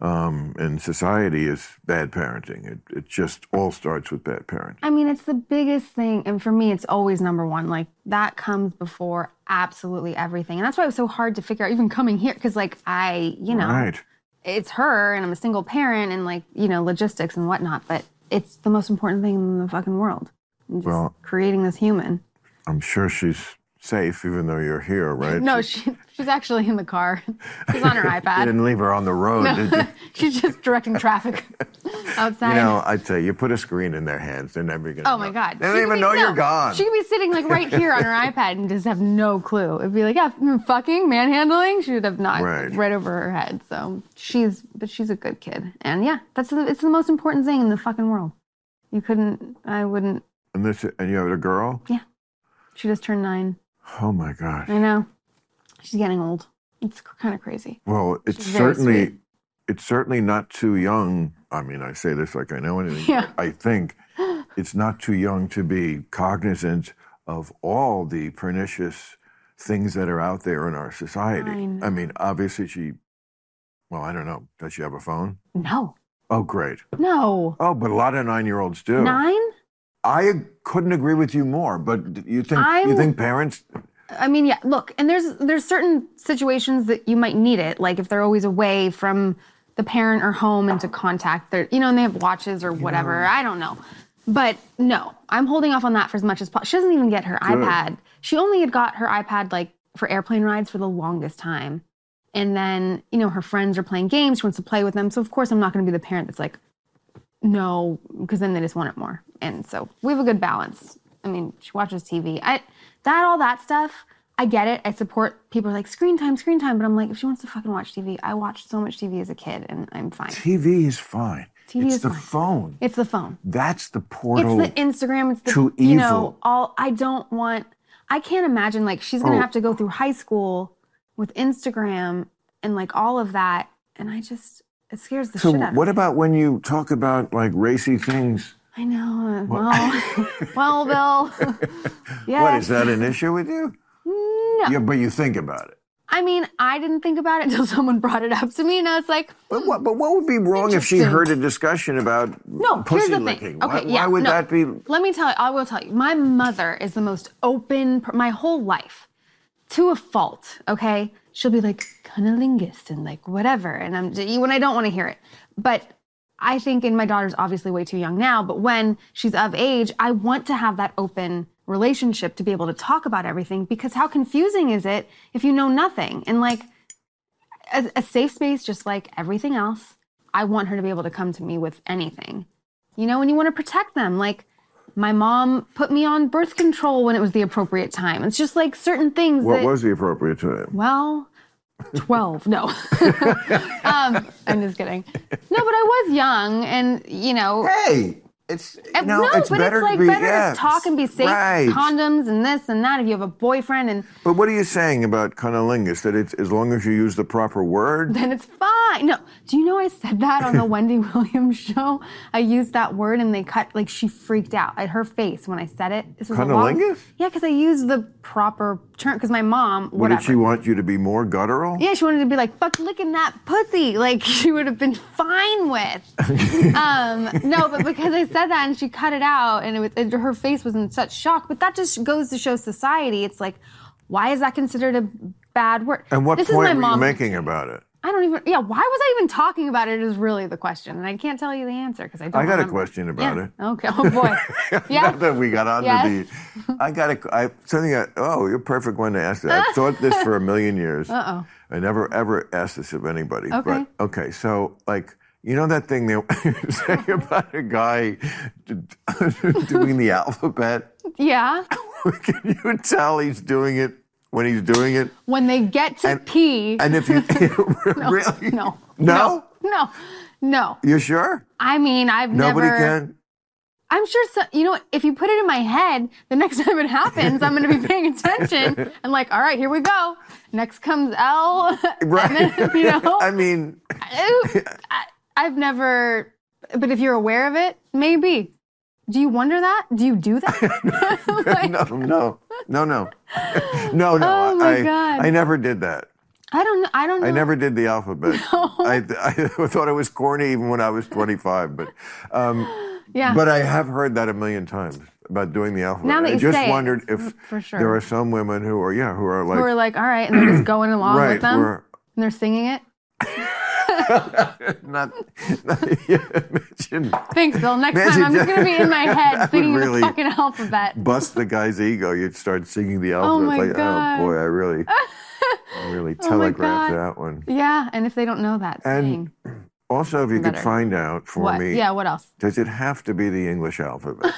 B: um, in society is bad parenting. It, it just all starts with bad parenting.
A: I mean, it's the biggest thing. And for me, it's always number one. Like, that comes before absolutely everything. And that's why it was so hard to figure out, even coming here, because, like, I, you know,
B: Right.
A: it's her and I'm a single parent and, like, you know, logistics and whatnot. But it's the most important thing in the fucking world. And just
B: Well-
A: creating this human.
B: I'm sure she's safe, even though you're here, right?
A: No, she, she's actually in the car. She's on her
B: You
A: iPad.
B: didn't leave her on the road, did you?
A: she's just directing traffic outside.
B: You know, I'd say you put a screen in their hands. They're never going to
A: Oh my God.
B: They don't
A: She
B: even
A: would be-
B: know you're
A: no,
B: gone.
A: She could be sitting like right here on her iPad and just have no clue. It'd be like, yeah, mm, fucking manhandling. She would have not
B: Right.
A: right. over her head. So she's, but she's a good kid. And yeah, that's the, it's the most important thing in the fucking world. You couldn't, I wouldn't.
B: and, this, and you have a girl?
A: She just turned nine.
B: Oh my gosh.
A: I know. She's getting old. It's kind of crazy.
B: Well, it's
A: She's very
B: certainly
A: sweet.
B: it's certainly not too young. I mean, I say this like I know anything.
A: Yeah.
B: but I think it's not too young to be cognizant of all the pernicious things that are out there in our society.
A: I know.
B: mean, obviously she well, I don't know. Does she have a phone?
A: No,
B: Oh, great.
A: no.
B: Oh, but a lot of 9-year-olds do.
A: Nine?
B: I couldn't agree with you more, but you think you
A: I'm-
B: think parents
A: I mean, yeah. Look, and there's there's certain situations that you might need it, like if they're always away from the parent or home into contact. They're you know, and they have watches or whatever. I don't know, but no, I'm holding off on that for as much as possible. She doesn't even get her iPad. She only had got her iPad like for airplane rides for the longest time, and then you know her friends are playing games. She wants to play with them, so of course I'm not going to be the parent that's like, no, because then they just want it more. And so we have a good balance. I mean, she watches TV. I that all that stuff. I get it. I support people are like screen time, screen time. But I'm like, if she wants to fucking watch TV, I watched so much TV as a kid, and I'm fine.
B: TV is fine.
A: TV
B: it's
A: is
B: the
A: fine.
B: phone.
A: It's the phone.
B: That's the
A: It's
B: portal.
A: the Instagram. It's the
B: to
A: you
B: Oh. evil.
A: know all. I don't want. I can't imagine like she's gonna
B: Oh.
A: have to go through high school with Instagram and like all of that, and I just it scares the
B: So
A: shit out of me.
B: what about when you talk about like racy things?
A: I know. uh, Well, well, Bill. yes.
B: What is that an issue with you?
A: No.
B: Yeah, but you think about it.
A: I mean, I didn't think about it until someone brought it up to me, and I was like,
B: But what, but what would be wrong if she
A: Interesting.
B: heard a discussion about
A: No, here's
B: pussy
A: the
B: licking?
A: thing.
B: Why,
A: Okay, yeah,
B: why would
A: no.
B: that be?
A: Let me tell you, I will tell you. My mother is the most open, per- my whole life, to a fault, okay? She'll be like, cunnilingus and like whatever. And I'm, j- when I don't want to hear it. But I think, and my daughter's obviously way too young now, but when she's of age, I want to have that open relationship to be able to talk about everything because how confusing is it if you know nothing? And like, a, a safe space, just like everything else, I want her to be able to come to me with anything. You know, and you want to protect them. Like, my mom put me on birth control when it was the appropriate time. It's just like certain things
B: What
A: that,
B: was the appropriate time?
A: well, 12, no. um, I'm just kidding. No, but I was young and, you know,
B: Hey, It's
A: Uh,
B: no, it's
A: but
B: better
A: it's like
B: to be,
A: better
B: yeah,
A: to talk and be safe.
B: Right.
A: Condoms and this and that. If you have a boyfriend, and
B: but what are you saying about cunnilingus? That it's as long as you use the proper word.
A: then it's fine. No, do you know I said that on the Wendy Williams show? I used that word, and they cut. Like she freaked out at her face when I said it. This was a long-
B: Cunnilingus?
A: Yeah, because I used the proper term. Because my mom,
B: What
A: whatever.
B: did she want you to be more guttural?
A: Yeah, she wanted to be like, fuck licking that pussy. Like she would have been fine with. um, no, but because I said that and she cut it out and it was, and her face was in such shock. But that just goes to show society. It's like, why is that considered a bad word?
B: And what
A: this is
B: point
A: my
B: were
A: mom.
B: you making about it?
A: I don't even, yeah, why was I even talking about it is really the question. And I can't tell you the answer because I don't
B: I got a
A: remember.
B: question about
A: Yeah.
B: it.
A: Okay. Oh boy.
B: Not
A: yeah.
B: that we got onto
A: Yes.
B: the. I got a, I, something. I, oh, you're a perfect one to ask that. I thought this for a million years. Uh oh. I never ever asked this of anybody.
A: Okay.
B: But okay, so like you know that thing they were saying about a guy doing the alphabet.
A: Yeah.
B: Can you tell he's doing it when he's doing it?
A: When they get to pee. Oh,
B: And if you really
A: no.
B: no,
A: No. No.
B: you sure
A: I mean, I've
B: nobody
A: never.
B: can.
A: I'm sure, so, you know, if you put it in my head, the next time it happens, I'm going to be paying attention and like, all right, here we go. Next comes L.
B: Right.
A: And then, you know,
B: I mean,
A: Ooh, Oh, I, I've never, but if you're aware of it, maybe. Do you wonder that? Do you do that? Like,
B: no, no, no, no, no, no.
A: Oh, my
B: I,
A: God. Oh.
B: I never did that.
A: I don't know. I don't know.
B: I never did the alphabet. I, I thought it was corny even when I was 25, but um,
A: yeah.
B: but I have heard that a million times about doing the alphabet.
A: Now that
B: I
A: you
B: just
A: say it,
B: wondered if
A: for sure.
B: there are some women who are yeah who are like
A: Who are like, all right, and they're just going along
B: right
A: with them
B: we're
A: and they're singing it.
B: not, not yeah, imagine
A: Thanks, Bill. Next
B: Imagine
A: time, I'm just
B: that-
A: going to be in my head
B: that would
A: singing
B: really-
A: the fucking alphabet.
B: bust the guy's ego. You'd start singing the alphabet
A: Oh, my
B: like
A: God.
B: oh boy I really I really
A: Oh, my God.
B: telegraphed that one.
A: Yeah, and if they don't know that,
B: And
A: sing.
B: Also, if you could
A: Better.
B: find out for
A: what?
B: me,
A: Yeah, what else?
B: does it have to be the English alphabet?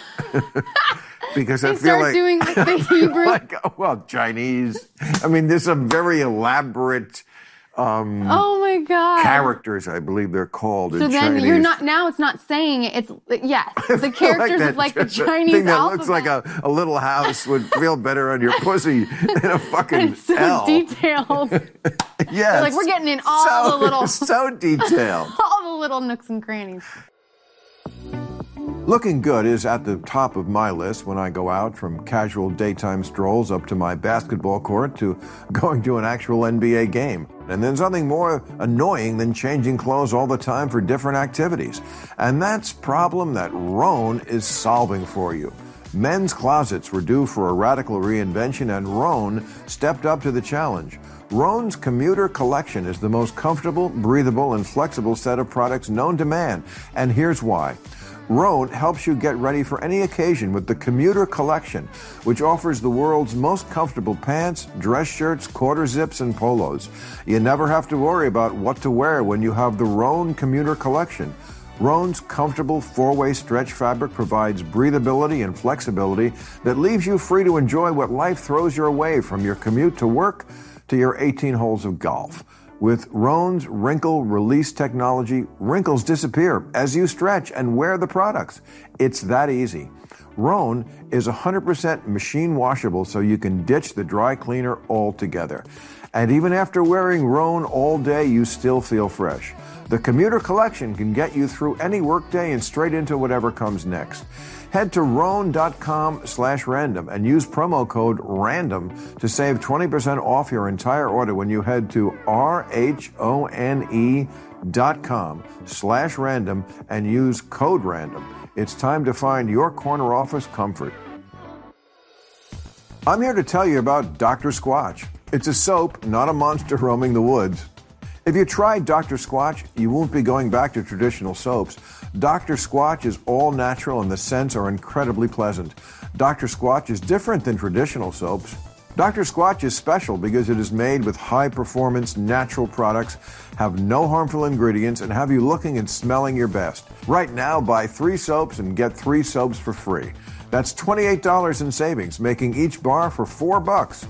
B: because I
A: They
B: feel
A: start
B: like
A: doing like the Hebrew.
B: like oh, well Chinese. I mean, there's some very elaborate um,
A: oh my god!
B: characters. I believe they're called
A: So
B: in
A: then
B: Chinese.
A: you're not now. It's not saying it. It's yes. The characters
B: that-
A: of like the
B: that
A: Chinese
B: thing that
A: alphabet.
B: looks like a, a little house would feel better on your pussy than a fucking
A: it's so
B: L.
A: detailed.
B: Yes.
A: like, we're getting in all
B: So-
A: the little-
B: so detailed.
A: All the little nooks and crannies.
B: Looking good is at the top of my list when I go out from casual daytime strolls up to my basketball court to going to an actual NBA game. And there's nothing more annoying than changing clothes all the time for different activities. And that's problem that Roan is solving for you. Men's closets were due for a radical reinvention, and Roan stepped up to the challenge. Roan's commuter collection is the most comfortable, breathable, and flexible set of products known to man. And here's why. Roan helps you get ready for any occasion with the Commuter Collection, which offers the world's most comfortable pants, dress shirts, quarter zips, and polos. You never have to worry about what to wear when you have the Roan Commuter Collection. Roan's comfortable four way stretch fabric provides breathability and flexibility that leaves you free to enjoy what life throws your way from your commute to work to your 18 holes of golf. With Roan's wrinkle release technology, wrinkles disappear as you stretch and wear the products. It's that easy. Roan is 100% machine washable so you can ditch the dry cleaner altogether. And even after wearing Roan all day, you still feel fresh. The commuter collection can get you through any workday and straight into whatever comes next. Head to roan.com slash random and use promo code RANDOM to save 20% off your entire order when you head to R-H-O-N-E E dot com slash random and use code RANDOM. It's time to find your corner office comfort. I'm here to tell you about Dr. Squatch. It's a soap, not a monster roaming the woods. If you try Dr. Squatch, you won't be going back to traditional soaps. Dr. Squatch is all natural and the scents are incredibly pleasant. Dr. Squatch is different than traditional soaps. Dr. Squatch is special because it is made with high performance natural products, have no harmful ingredients, and have you looking and smelling your best. Right now, buy three soaps and get three soaps for free. That's $28 in savings, making each bar for four bucks.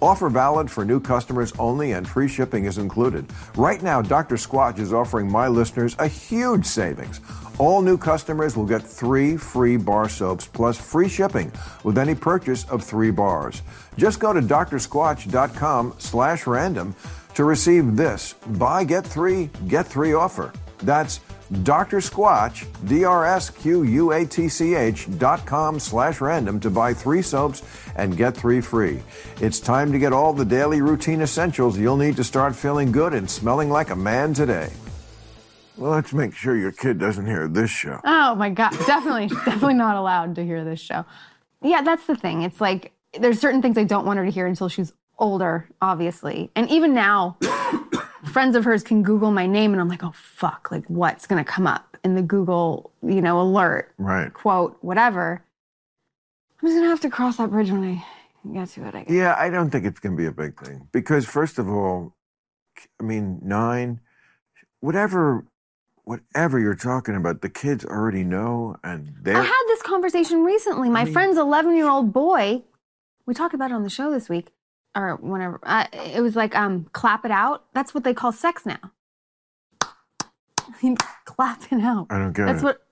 B: Offer valid for new customers only and free shipping is included. Right now, Dr. Squatch is offering my listeners a huge savings. All new customers will get three free bar soaps plus free shipping with any purchase of three bars. Just go to drsquatch.com slash random to receive this buy get three, get three offer. That's Dr. Squatch, D-R-S-Q-U-A-T-C-H dot com slash random to buy three soaps and get three free. It's time to get all the daily routine essentials you'll need to start feeling good and smelling like a man today. Well, let's make sure your kid doesn't hear this show.
A: Oh my God. Definitely, definitely not allowed to hear this show. Yeah, that's the thing. It's like there's certain things I don't want her to hear until she's older, obviously. And even now, friends of hers can Google my name and I'm like, oh fuck, like what's gonna come up in the Google, you know, alert,
B: Right.
A: quote, whatever. I'm just gonna have to cross that bridge when I get to it, I guess.
B: Yeah, I don't think it's going to be a big thing because, first of all, I mean, nine, whatever, whatever you're talking about, the kids already know, and
A: I
B: they're
A: had this conversation recently. My friend's 11 year old boy, we talked about it on the show this week or whenever. Uh, it was like, um, clap it out. That's what they call sex now. Clapping out.
B: I don't get
A: That's
B: it.
A: what.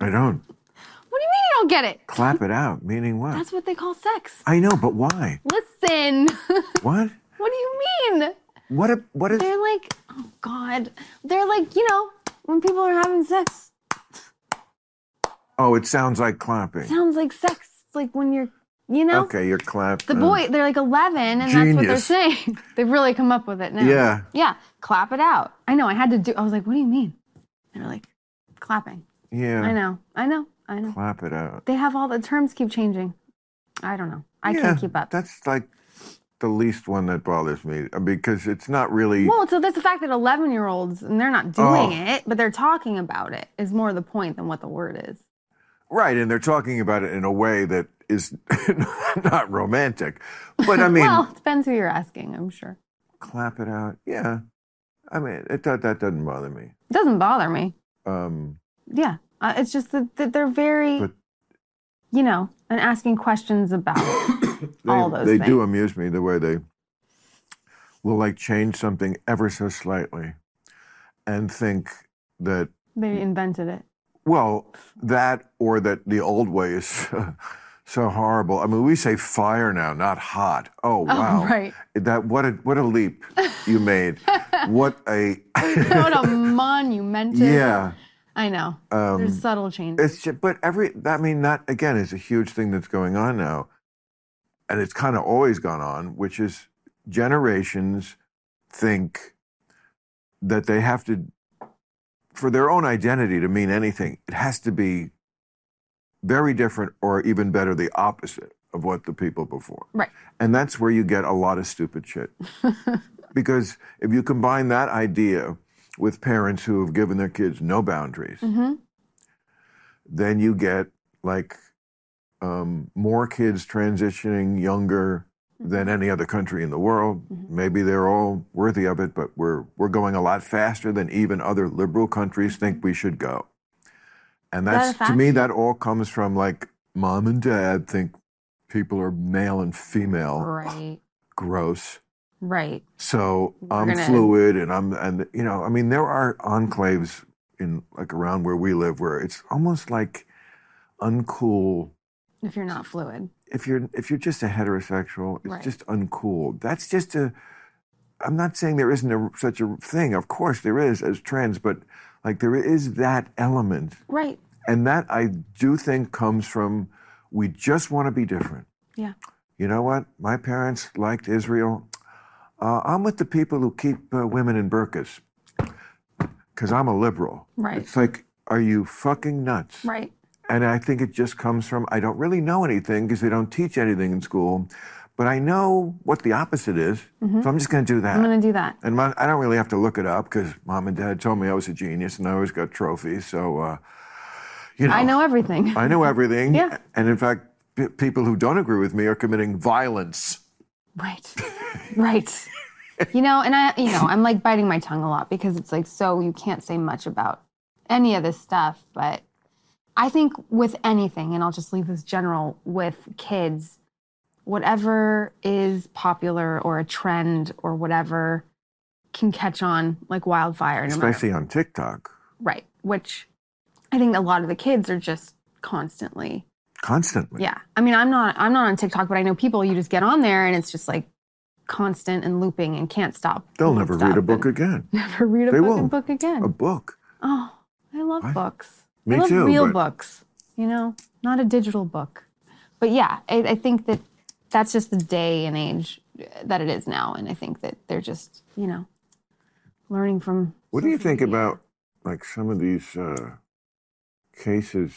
B: I don't
A: What do you mean you don't get it?
B: clap it out. Meaning what?
A: That's what they call sex.
B: I know, but why?
A: Listen.
B: What?
A: what do you mean?
B: What? A, what is?
A: They're like, oh God. They're like, you know, when people are having sex,
B: Oh, it sounds like clapping.
A: sounds like sex. It's like when you're, you know,
B: Okay, you're clapping.
A: the boy, they're like 11 and that's what they're
B: Uh, Genius.
A: saying. They've really come up with it now.
B: Yeah.
A: Yeah. Clap it out. I know. I had to do, I was like, what do you mean? They're like, clapping.
B: Yeah.
A: I know. I know. I know.
B: Clap it out.
A: They have all the terms keep changing. I don't know. I
B: Yeah,
A: can't keep up.
B: That's like the least one that bothers me uh, because it's not really.
A: Well, so that's the fact that 11 year olds, and they're not doing
B: Oh.
A: it, but they're talking about it, is more the point than what the word is.
B: Right, and they're talking about it in a way that is not romantic. But I mean,
A: well, it depends who you're asking, I'm sure.
B: clap it out. Yeah. I mean, it, that, that doesn't bother me.
A: It doesn't bother me.
B: Um,
A: Yeah. Uh, it's just that, that they're very,
B: But-
A: you know, and asking questions about it.
B: they
A: All those
B: they do
A: things.
B: amuse me the way they will like change something ever so slightly and think that,
A: They invented it.
B: well, that or that the old way is so, horrible. I mean, we say fire now, not hot. Oh, wow.
A: Oh, right.
B: That what a what a leap you made. what a
A: what a monumental.
B: yeah.
A: I know.
B: Um,
A: There's subtle changes.
B: It's just, but every I mean that again is a huge thing that's going on now, and it's kind of always gone on, which is generations think that they have to for their own identity to mean anything. It has to be very different, or even better, the opposite of what the people before.
A: Right.
B: And that's where you get a lot of stupid shit. because if you combine that idea with parents who have given their kids no boundaries,
A: hmm
B: then you get like um, more kids transitioning younger than any other country in the world. Maybe they're all worthy of it, but we're we're going a lot faster than even other liberal countries think we should go. And
A: that a
B: that's to
A: fact?
B: me that all comes from like mom and dad think people are male and female.
A: Right.
B: Gross.
A: Right.
B: So I'm
A: gonna-
B: fluid, and I'm, and you know, I mean, there are enclaves in like around where we live where it's almost like uncool.
A: If you're not fluid.
B: If you're if you're just a heterosexual, it's
A: Right.
B: just uncool. That's just a. I'm not saying there isn't a, such a thing. Of course, there is as trans, but like there is that element,
A: Right.
B: and that I do think comes from we just want to be different
A: Yeah.
B: you know what? My parents liked Israel. Uh, I'm with the people who keep uh, women in burqas because I'm a liberal.
A: Right.
B: It's like, are you fucking nuts?
A: Right.
B: And I think it just comes from I don't really know anything because they don't teach anything in school, but I know what the opposite is, so I'm just going to do that.
A: Mm-hmm. I'm going to do that.
B: And my, I don't really have to look it up because mom and dad told me I was a genius and I always got trophies. So, uh, you know,
A: I know everything.
B: I know everything.
A: Mm-hmm. Yeah.
B: And in fact, p- people who don't agree with me are committing violence.
A: Right. right. You know, and I, you know, I'm like biting my tongue a lot because it's like, so you can't say much about any of this stuff. But I think with anything, and I'll just leave this general with kids, whatever is popular or a trend or whatever can catch on like wildfire. No matter,
B: especially on TikTok.
A: right. Which I think a lot of the kids are just constantly.
B: constantly.
A: Yeah. I mean, I'm not I'm not on TikTok, but I know people you just get on there and it's just like constant and looping and can't stop.
B: They'll
A: won't
B: never
A: stop
B: read a book
A: and
B: again.
A: Never read a
B: They
A: fucking
B: won't.
A: book again.
B: A book.
A: oh, I love
B: I-
A: books.
B: Me
A: I love
B: too.
A: real
B: but
A: books, you know, not a digital book. But yeah, I, I think that that's just the day and age uh, that it is now, and I think that they're just, you know, learning from.
B: What do you
A: social
B: think
A: media.
B: about like some of these uh, cases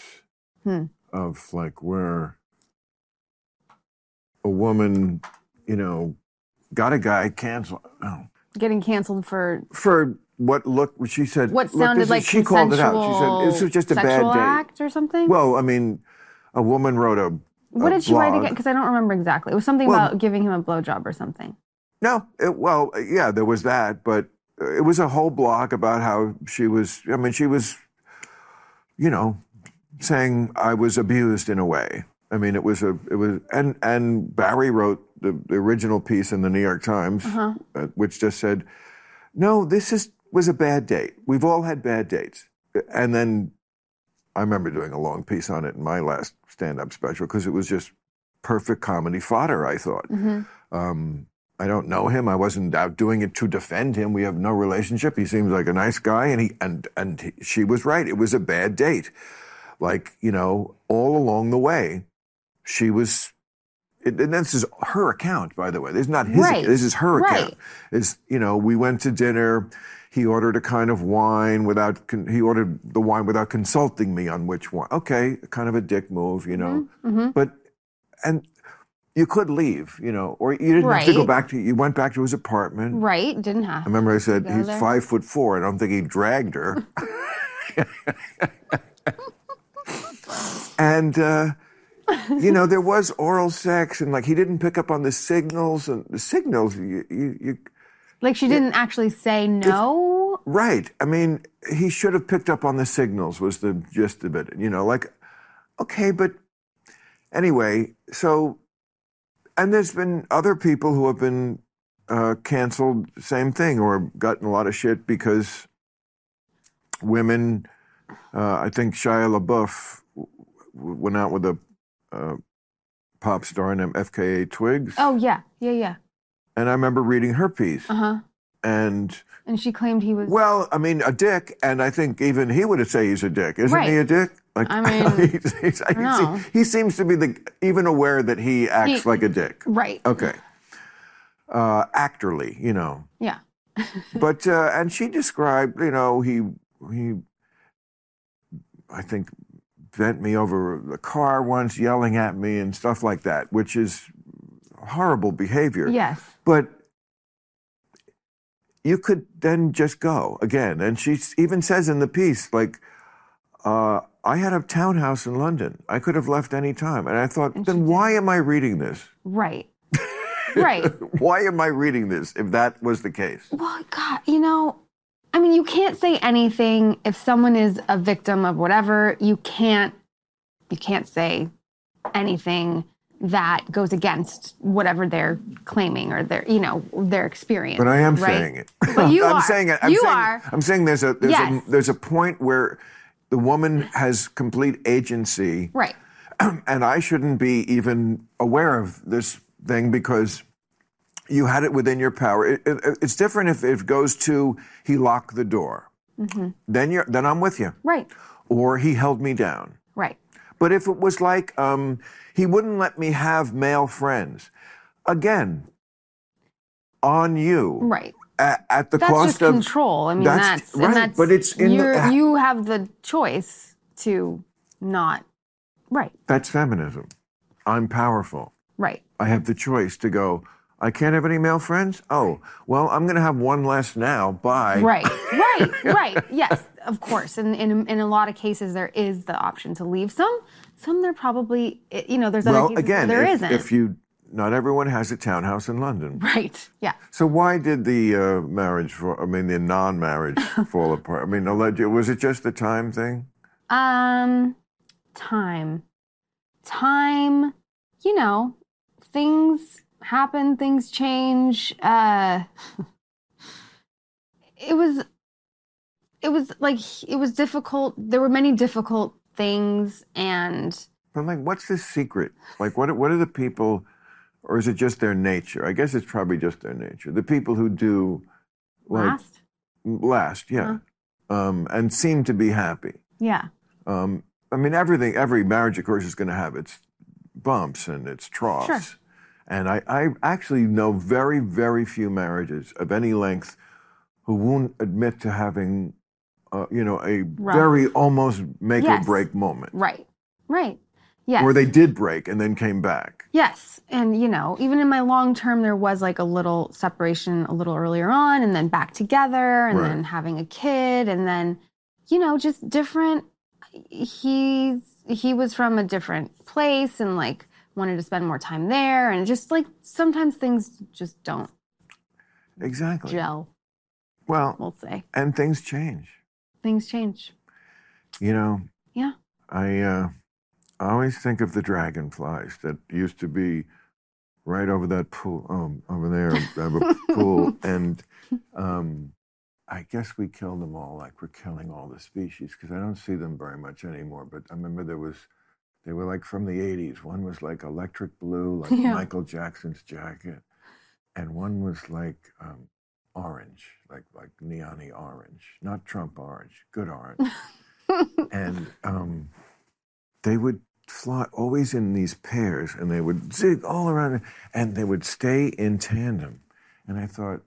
A: Hmm.
B: of like where a woman, you know, got a guy cancel oh,
A: getting canceled for
B: for what look she said
A: what
B: look,
A: sounded
B: this is-
A: like
B: she called it out. She said
A: consensual
B: this was just a bad
A: sexual
B: day.
A: act or something?
B: Well, I mean, a woman wrote a
A: what
B: a
A: did she write
B: blog.
A: again? Because I don't remember exactly. It was something
B: Well-
A: about giving him a blowjob or something.
B: No, it, well, yeah, there was that, but it was a whole block about how she was. I mean, she was, you know, saying I was abused in a way. I mean, it was a, it was, and and Barry wrote the, the original piece in the New York Times,
A: Uh-huh.
B: uh, which just said, no, this is was a bad date. We've all had bad dates, and then I remember doing a long piece on it in my last stand-up special because it was just perfect comedy fodder. I thought.
A: hmm
B: Um, I don't know him. I wasn't out doing it to defend him. We have no relationship. He seems like a nice guy, and he and and he- she was right. It was a bad date. Like you know, all along the way, she was. It, and this is her account, by the way. This is not his.
A: Right.
B: This is her account.
A: Right.
B: Is you know, we went to dinner. He ordered a kind of wine without. Con- he ordered the wine without consulting me on which wine. Okay, kind of a dick move, you know
A: hmm
B: but and you could leave, you know, or you didn't have to go
A: Right.
B: back to. You went back to his apartment.
A: Right? Didn't
B: I
A: have.
B: remember I said
A: Go
B: he's
A: there.
B: five foot four. I don't think he dragged her. and uh, you know there was oral sex, and like he didn't pick up on the signals and the signals. You, you, you
A: Like she didn't actually say no.
B: right. I mean, he should have picked up on the signals. Was the gist of it? You know, like okay, but anyway, so and there's been other people who have been uh, canceled, same thing, or gotten a lot of shit because women. Uh, I think Shia LaBeouf w- w- went out with a uh, pop star named FKA Twigs,
A: Oh yeah, yeah, yeah.
B: and I remember reading her piece,
A: Uh huh.
B: and
A: And she claimed he was.
B: well, I mean, a dick, and I think even he would say he's a dick, isn't
A: Right.
B: he a dick? Like,
A: I mean,
B: he's- he's- he,
A: know.
B: se- he seems to be the even aware that he acts
A: He-
B: like a dick.
A: right.
B: Okay, uh, actorly, you know.
A: Yeah.
B: But uh, and she described, you know, he he, I think, bent me over the car once, yelling at me and stuff like that, which is horrible behavior.
A: Yes.
B: But you could then just go again. And she s- even says in the piece, like, uh, I had a townhouse in London. I could have left any time. And I thought,
A: And she
B: then why am I reading this?
A: Right. right.
B: Why am I reading this if that was the case?
A: Well, God, you know, I mean, you can't say anything if someone is a victim of whatever. You can't, you can't say anything that goes against whatever they're claiming or their, you know, their experience.
B: But I am
A: right?
B: saying it.
A: But you
B: I'm
A: are.
B: saying it. I'm
A: You
B: saying,
A: are.
B: I'm saying there's a there's,
A: Yes.
B: a there's a point where the woman has complete agency
A: Right.
B: and I shouldn't be even aware of this thing because you had it within your power. It, it, it's different if it goes to he locked the door,
A: Mm-hmm.
B: then you're then I'm with you,
A: Right.
B: or he held me down.
A: Right.
B: But if it was like um, he wouldn't let me have male friends, again, on you
A: Right.
B: at, at the
A: That's
B: cost
A: just
B: of
A: control. I mean,
B: that's-
A: that's, and
B: right,
A: that's
B: but it's in the-
A: you're- you have the choice to not. Right.
B: that's feminism. I'm powerful.
A: Right.
B: I have the choice to go. I can't have any male friends. Oh, well, I'm going to have one less now. Bye.
A: Right, right, right. Yes, of course. And in, in a lot of cases, there is the option to leave. Some, some there probably, eh, you know, there's other
B: Well,
A: cases
B: again,
A: where there
B: if,
A: isn't.
B: if you, not everyone has a townhouse in London.
A: right. Yeah.
B: So why did the uh, marriage, fall, I mean, the non-marriage fall apart? I mean, alleged, was it just the time thing?
A: Um, time, time. You know, things happen. Things change. Uh, it was. it was like it was difficult. There were many difficult things, and
B: I'm like, what's the secret? Like, what what are the people, or is it just their nature? I guess it's probably just their nature. The people who do like,
A: last,
B: last, yeah, um, and seem to be happy.
A: yeah,
B: Um, I mean, everything, every marriage, of course, is going to have its bumps and its troughs.
A: Sure.
B: And I, I actually know very, very few marriages of any length who won't admit to having, uh, you know, a
A: Rough.
B: very almost make
A: Yes.
B: or break moment
A: right, right, yes,
B: where they did break and then came back.
A: yes, and you know, even in my long term, there was like a little separation a little earlier on, and then back together, and
B: Right.
A: then having a kid, and then you know, just different. He's he was from a different place, and like wanted to spend more time there, and just like sometimes things just don't
B: Exactly.
A: gel.
B: Well,
A: We'll say
B: and things change.
A: things change.
B: You know,
A: Yeah.
B: I uh, I always think of the dragonflies that used to be right over that pool, um, over there, over a pool, and um, I guess we killed them all, like we're killing all the species because I don't see them very much anymore. But I remember there was. They were like from the 80s. One was like electric blue, like
A: Yeah.
B: Michael Jackson's jacket, and one was like um, orange, like like neon orange, not Trump orange, good orange and um, they would fly always in these pairs and they would zig all around and they would stay in tandem and i thought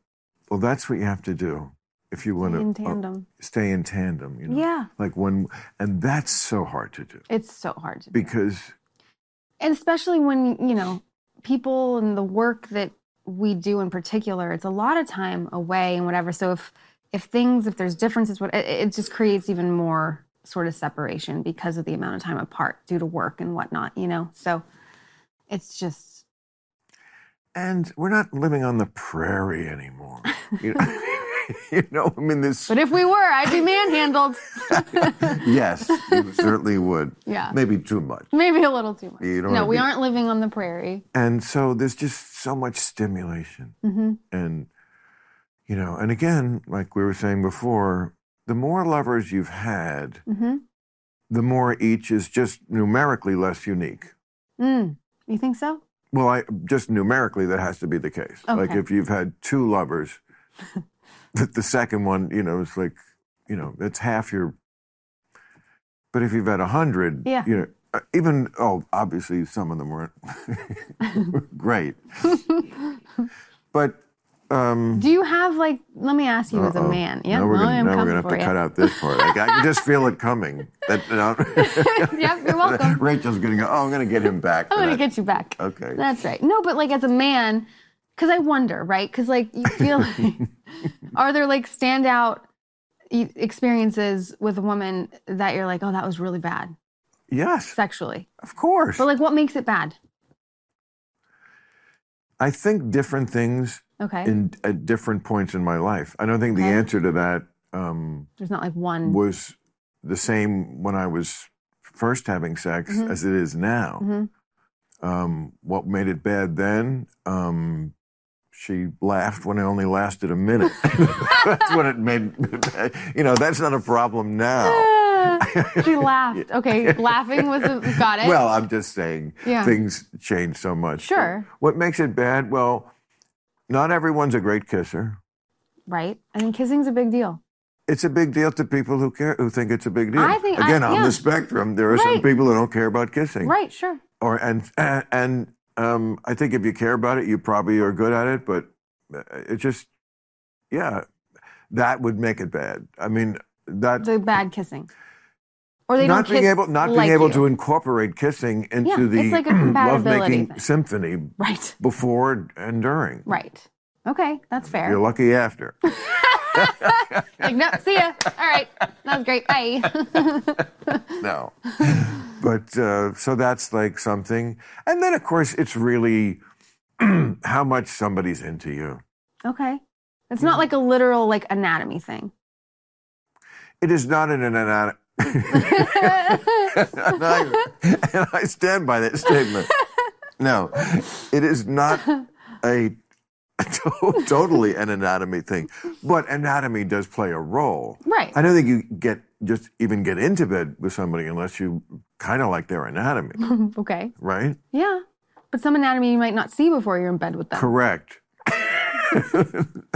B: well that's what you have to do if you want to
A: in tandem.
B: stay in tandem uh, you know
A: Yeah.
B: like one and that's so hard to do
A: It's so hard to do.
B: because
A: And especially when, you know, people and the work that we do in particular, it's a lot of time away and whatever. So if if things, if there's differences, what it, it just creates even more sort of separation because of the amount of time apart due to work and whatnot, you know? So it's just
B: and we're not living on the prairie anymore you know, you know i mean this
A: but if we were, I'd be manhandled.
B: yes you certainly would
A: Yeah.
B: maybe too much
A: Maybe a little too much.
B: You don't
A: no,
B: wanna
A: we
B: be-
A: aren't living on the prairie.
B: and so there's just so much stimulation
A: hmm
B: and you know and again like we were saying before the more lovers you've had
A: hmm
B: the more each is just numerically less unique
A: Mm. You think so?
B: well i just numerically that has to be the case like
A: Okay.
B: if you've had two lovers the, the second one you know is like you know it's half your but if you've had a hundred
A: Yeah.
B: you know uh, even oh obviously some of them weren't great but um
A: Do you have like? Let me ask you, as a
B: Uh-oh.
A: man, yeah,
B: now we're
A: well,
B: gonna,
A: I'm
B: now we're
A: coming
B: gonna have
A: for
B: to cut out this part. Like, I can just feel it coming. That,
A: you. yep, you're welcome.
B: Rachel's gonna go. Oh, I'm gonna get him back.
A: I'm
B: for
A: gonna
B: that."
A: get you back.
B: Okay.
A: That's right. No, but like as a man, because I wonder, right? Because like you feel, like, are there like standout e- experiences with a woman that you're like, oh, that was really bad
B: yes,
A: sexually?
B: of course.
A: But like, what makes it bad?
B: I think different things
A: Okay,
B: in at different points in my life. I don't think the
A: Okay.
B: answer to that um,
A: there's not like one.
B: was the same when I was first having sex
A: Mhm.
B: as it is now.
A: Mhm.
B: Um, what made it bad then? Um, she laughed when it only lasted a minute. that's what it made. You know, that's not a problem now.
A: Ah, she laughed. Okay, laughing was a, got it.
B: Well, I'm just saying
A: Yeah.
B: things change so much.
A: Sure.
B: What makes it bad? Well, not everyone's a great kisser.
A: right. I mean, kissing's a big deal.
B: It's a big deal to people who care, who think it's a big deal.
A: I think- I-
B: Again, on
A: yeah.
B: the spectrum, there are some
A: Right.
B: people who don't care about kissing.
A: Right. Sure.
B: or and and um, I think if you care about it, you probably are good at it. But uh, it just, yeah, that would make it bad. I mean, that
A: the bad kissing, or they
B: not
A: don't kiss
B: being able not
A: like
B: being able
A: you.
B: to incorporate kissing
A: Yeah,
B: into
A: it's
B: the
A: like a compatibility
B: lovemaking
A: thing.
B: symphony
A: Right,
B: before and during.
A: right. Okay, that's fair.
B: You're lucky after.
A: Like, no, see ya. All right, that was great. Bye.
B: no. But uh, so that's like something. And then, of course, it's really how much somebody's into you.
A: okay, it's not like a literal like anatomy thing.
B: It is not an anatomy. and I, and I stand by that statement. No, it is not a totally an anatomy thing. But anatomy does play a role.
A: Right.
B: I don't think you get just even get into bed with somebody unless you kind of like their anatomy,
A: okay.
B: right?
A: Yeah. But some anatomy you might not see before you're in bed with them.
B: Correct.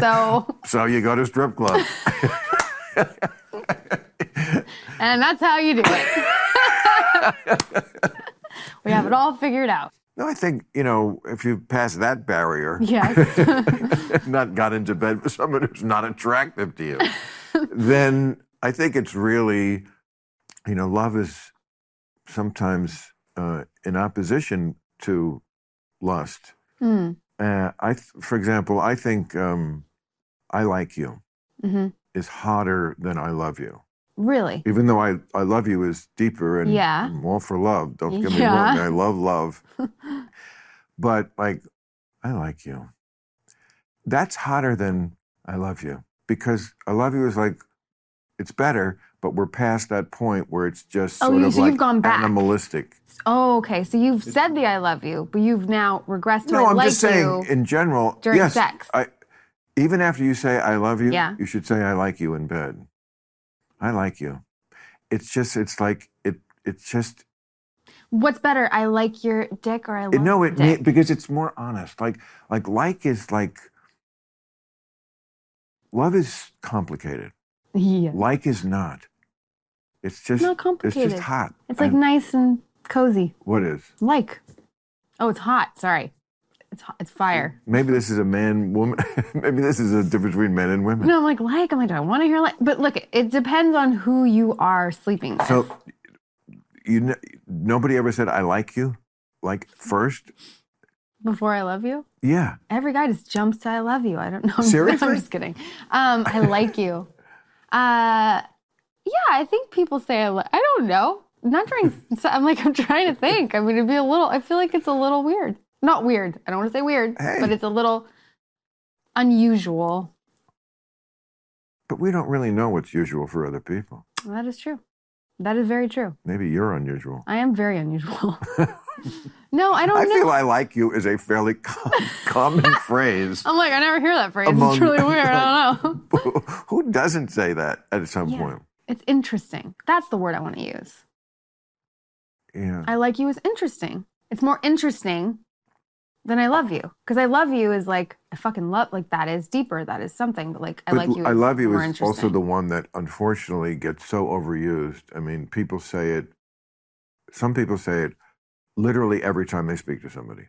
A: So,
B: So you go to strip club.
A: and that's how you do it. we have it all figured out.
B: no, I think, you know, if you pass that barrier,
A: Yes.
B: not got into bed with someone who's not attractive to you, then I think it's really, you know, love is sometimes uh, in opposition to lust.
A: Mm.
B: Uh, I, th- for example, I think um, "I like you"
A: hmm
B: is hotter than "I love you,"
A: Really?
B: even though "I I love you" is deeper and
A: Yeah.
B: I'm all for love. Don't get me
A: Yeah.
B: wrong, I love love, but like "I like you," that's hotter than "I love you" because "I love you" is like it's better, but we're past that point where it's just
A: Oh,
B: sort
A: you-
B: of
A: so
B: like
A: you've gone back.
B: animalistic.
A: Oh, okay. So you've said the I love you, but you've now regressed to
B: No,
A: I
B: I'm
A: like
B: just saying
A: you.
B: in general.
A: during
B: yes,
A: sex.
B: I, even after you say "I love you,"
A: Yeah.
B: you should say "I like you" in bed. I like you. It's just, it's like it. It's just
A: What's better, I like your dick or I love
B: it, no,
A: your
B: it
A: dick?
B: because it's more honest. Like, like like is like love is complicated.
A: yeah.
B: Like is not. It's just
A: Not
B: It's
A: complicated.
B: just hot.
A: It's like
B: And
A: nice and cozy.
B: what is?
A: Like. Oh, it's hot. Sorry. It's hot. It's fire.
B: Maybe this is a man woman. Maybe this is a difference between men and women.
A: No, I'm like, like, I'm like, do I want to hear like? But look, it depends on who you are sleeping with.
B: So, you kn- nobody ever said "I like you," like first.
A: Before I love you,
B: Yeah,
A: every guy just jumps to I love you. I don't know.
B: Seriously?
A: I'm just kidding. Um, I like you. Uh, yeah, I think people say I. Li- I don't know. Not during. so I'm like, I'm trying to think. I mean, it'd be a little. I feel like it's a little weird. Not weird. I don't want to say weird,
B: Hey.
A: but it's a little unusual.
B: but we don't really know what's usual for other people.
A: That is true. That is very true.
B: Maybe you're unusual.
A: I am very unusual. no, I don't
B: I
A: know.
B: feel "I like you" is a fairly com- common phrase.
A: I'm like, I never hear that phrase.
B: Among-
A: it's really weird. I don't know.
B: Who- Who doesn't say that at some
A: Yeah.
B: point?
A: It's interesting. That's the word I want to use.
B: Yeah.
A: I like you is interesting. It's more interesting than I love you. Because I love you is like, I fucking love, like that is deeper. That is something. But like, I
B: but
A: like you.
B: I
A: is
B: love you
A: more
B: is
A: interesting.
B: also the one that unfortunately gets so overused. I mean, people say it. Some people say it literally every time they speak to somebody.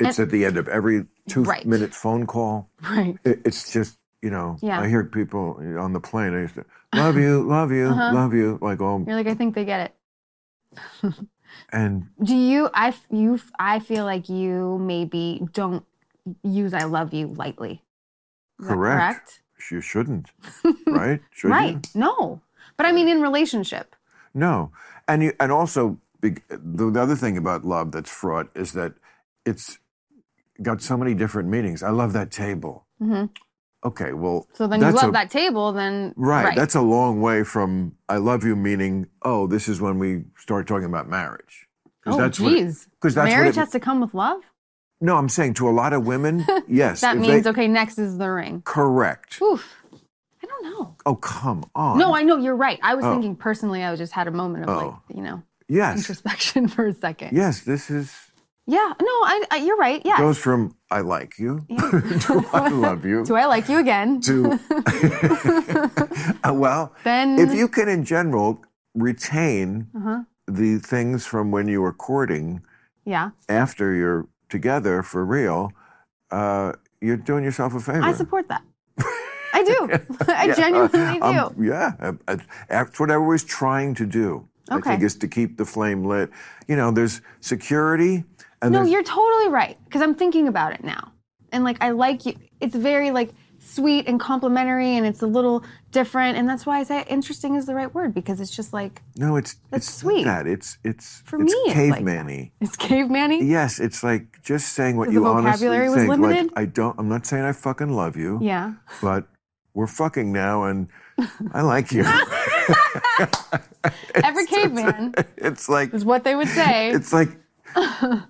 B: It's at the end of every
A: Right.
B: two-minute phone call.
A: Right.
B: It, it's just you know.
A: Yeah.
B: I hear people on the plane. I used to love you, love you,
A: Uh-huh.
B: love you. Like oh,
A: You're like, I think they get it.
B: and
A: Do you, I, f- you, f- I feel like you maybe don't use I love you lightly. Is that
B: Correct. you shouldn't, right? Should
A: Right.
B: you?
A: No. But I mean, in relationship.
B: No, and you, and also big- the, the other thing about love that's fraught is that it's got so many different meanings. I love that table.
A: Mhm.
B: Okay, well,
A: So then you
B: that's
A: love
B: a-
A: that table, then.
B: Right, that's a long way from "I love you," meaning oh, this is when we start talking about marriage.
A: Oh,
B: that's what it-
A: jeez.
B: 'cause that's what
A: Marriage
B: it-
A: has to come with love?
B: no, I'm saying to a lot of women, yes,
A: That
B: if
A: means,
B: they-
A: okay, next is the ring.
B: correct.
A: Oof. I don't know.
B: Oh, come on.
A: No, I know you're right. I was
B: Oh.
A: thinking personally, I just had a moment of
B: Oh.
A: like, you know,
B: yes,
A: introspection for a second. Yeah.
B: yes, this is
A: no, I, I, you're right. Yes.
B: goes from I like you to I love you
A: Do I like you again?
B: to Uh, well,
A: Then-
B: if you can in general retain
A: Uh-huh.
B: the things from when you were courting
A: Yeah.
B: after you're together for real, uh, you're doing yourself a favor.
A: I support that. I do. I genuinely
B: Um,
A: do.
B: yeah, I- I- that's what I was trying to do. I
A: Okay.
B: think is to keep the flame lit. You know, there's security and
A: No,
B: there's
A: you're totally right. Because I'm thinking about it now. And like, I like you. It's very like sweet and complimentary and it's a little different. And that's why I say interesting is the right word because it's just like,
B: no, it's
A: That's
B: it's not
A: sweman-y.
B: that it's it's
A: For
B: it's
A: me, it's like that.
B: caveman-y.
A: it's caveman
B: Yes, it's like just saying what
A: The
B: you honestly
A: vocabulary was
B: think.
A: limited?
B: Like I don't. I'm not saying I fucking love you,
A: Yeah.
B: but we're fucking now, and I like you.
A: Every caveman
B: it's like
A: is what they would say.
B: it's like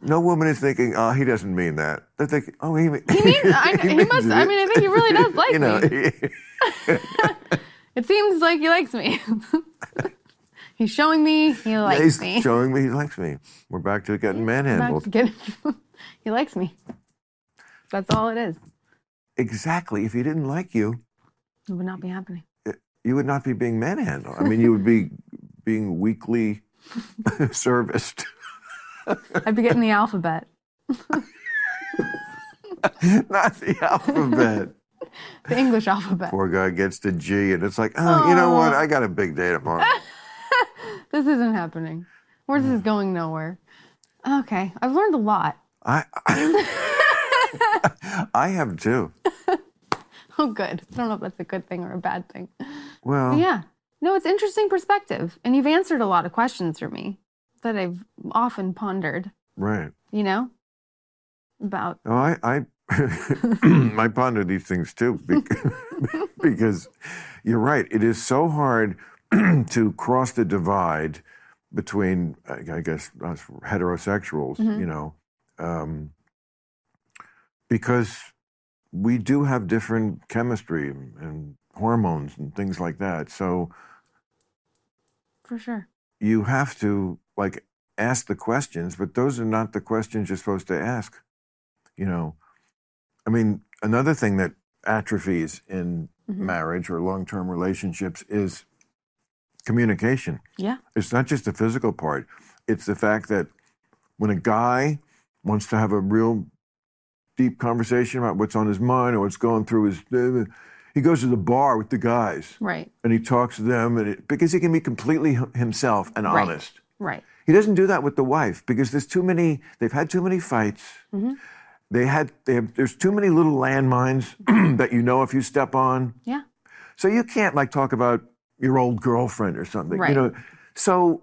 B: no woman is thinking, oh, he doesn't mean that. They're thinking, oh, he, mean,
A: He means. I, he must. I mean, I think he really does like
B: you know,
A: me. It seems like he likes me. he's showing me he likes
B: he's
A: me.
B: showing me he likes me. We're back to getting
A: Not
B: manhandled.
A: to get- he likes me. That's all it is.
B: Exactly. If he didn't like you,
A: It would not be happening.
B: you would not be being manhandled. I mean, you would be being weakly serviced.
A: I'd be getting the alphabet.
B: Not the alphabet.
A: The English alphabet.
B: Poor guy gets to G, and it's like, oh, you know what? I got a big day tomorrow.
A: This isn't happening. Or this is going nowhere. Okay. I've learned a lot.
B: I, I, I have too.
A: Oh, good. I don't know if that's a good thing or a bad thing.
B: Well,
A: But yeah. No, it's interesting perspective. And you've answered a lot of questions for me that I've often pondered,
B: right.
A: you know? About
B: No, Oh, I, I, I ponder these things too because, because you're right. It is so hard to cross the divide between, I I guess, us heterosexuals, you know, um, because we do have different chemistry and hormones and things like that. So
A: for sure.
B: you have to like ask the questions, but those are not the questions you're supposed to ask. You know, I mean, another thing that atrophies in marriage or long term relationships is communication.
A: Yeah.
B: It's not just the physical part, it's the fact that when a guy wants to have a real deep conversation about what's on his mind or what's going through his, he goes to the bar with the guys
A: Right.
B: and he talks to them and it, because he can be completely h- himself and
A: Right.
B: honest.
A: Right.
B: He doesn't do that with the wife because there's too many. They've had too many fights.
A: Mm-hmm.
B: They had. They have, there's too many little landmines that you know if you step on.
A: Yeah.
B: So you can't like talk about your old girlfriend or something.
A: Right.
B: You know. So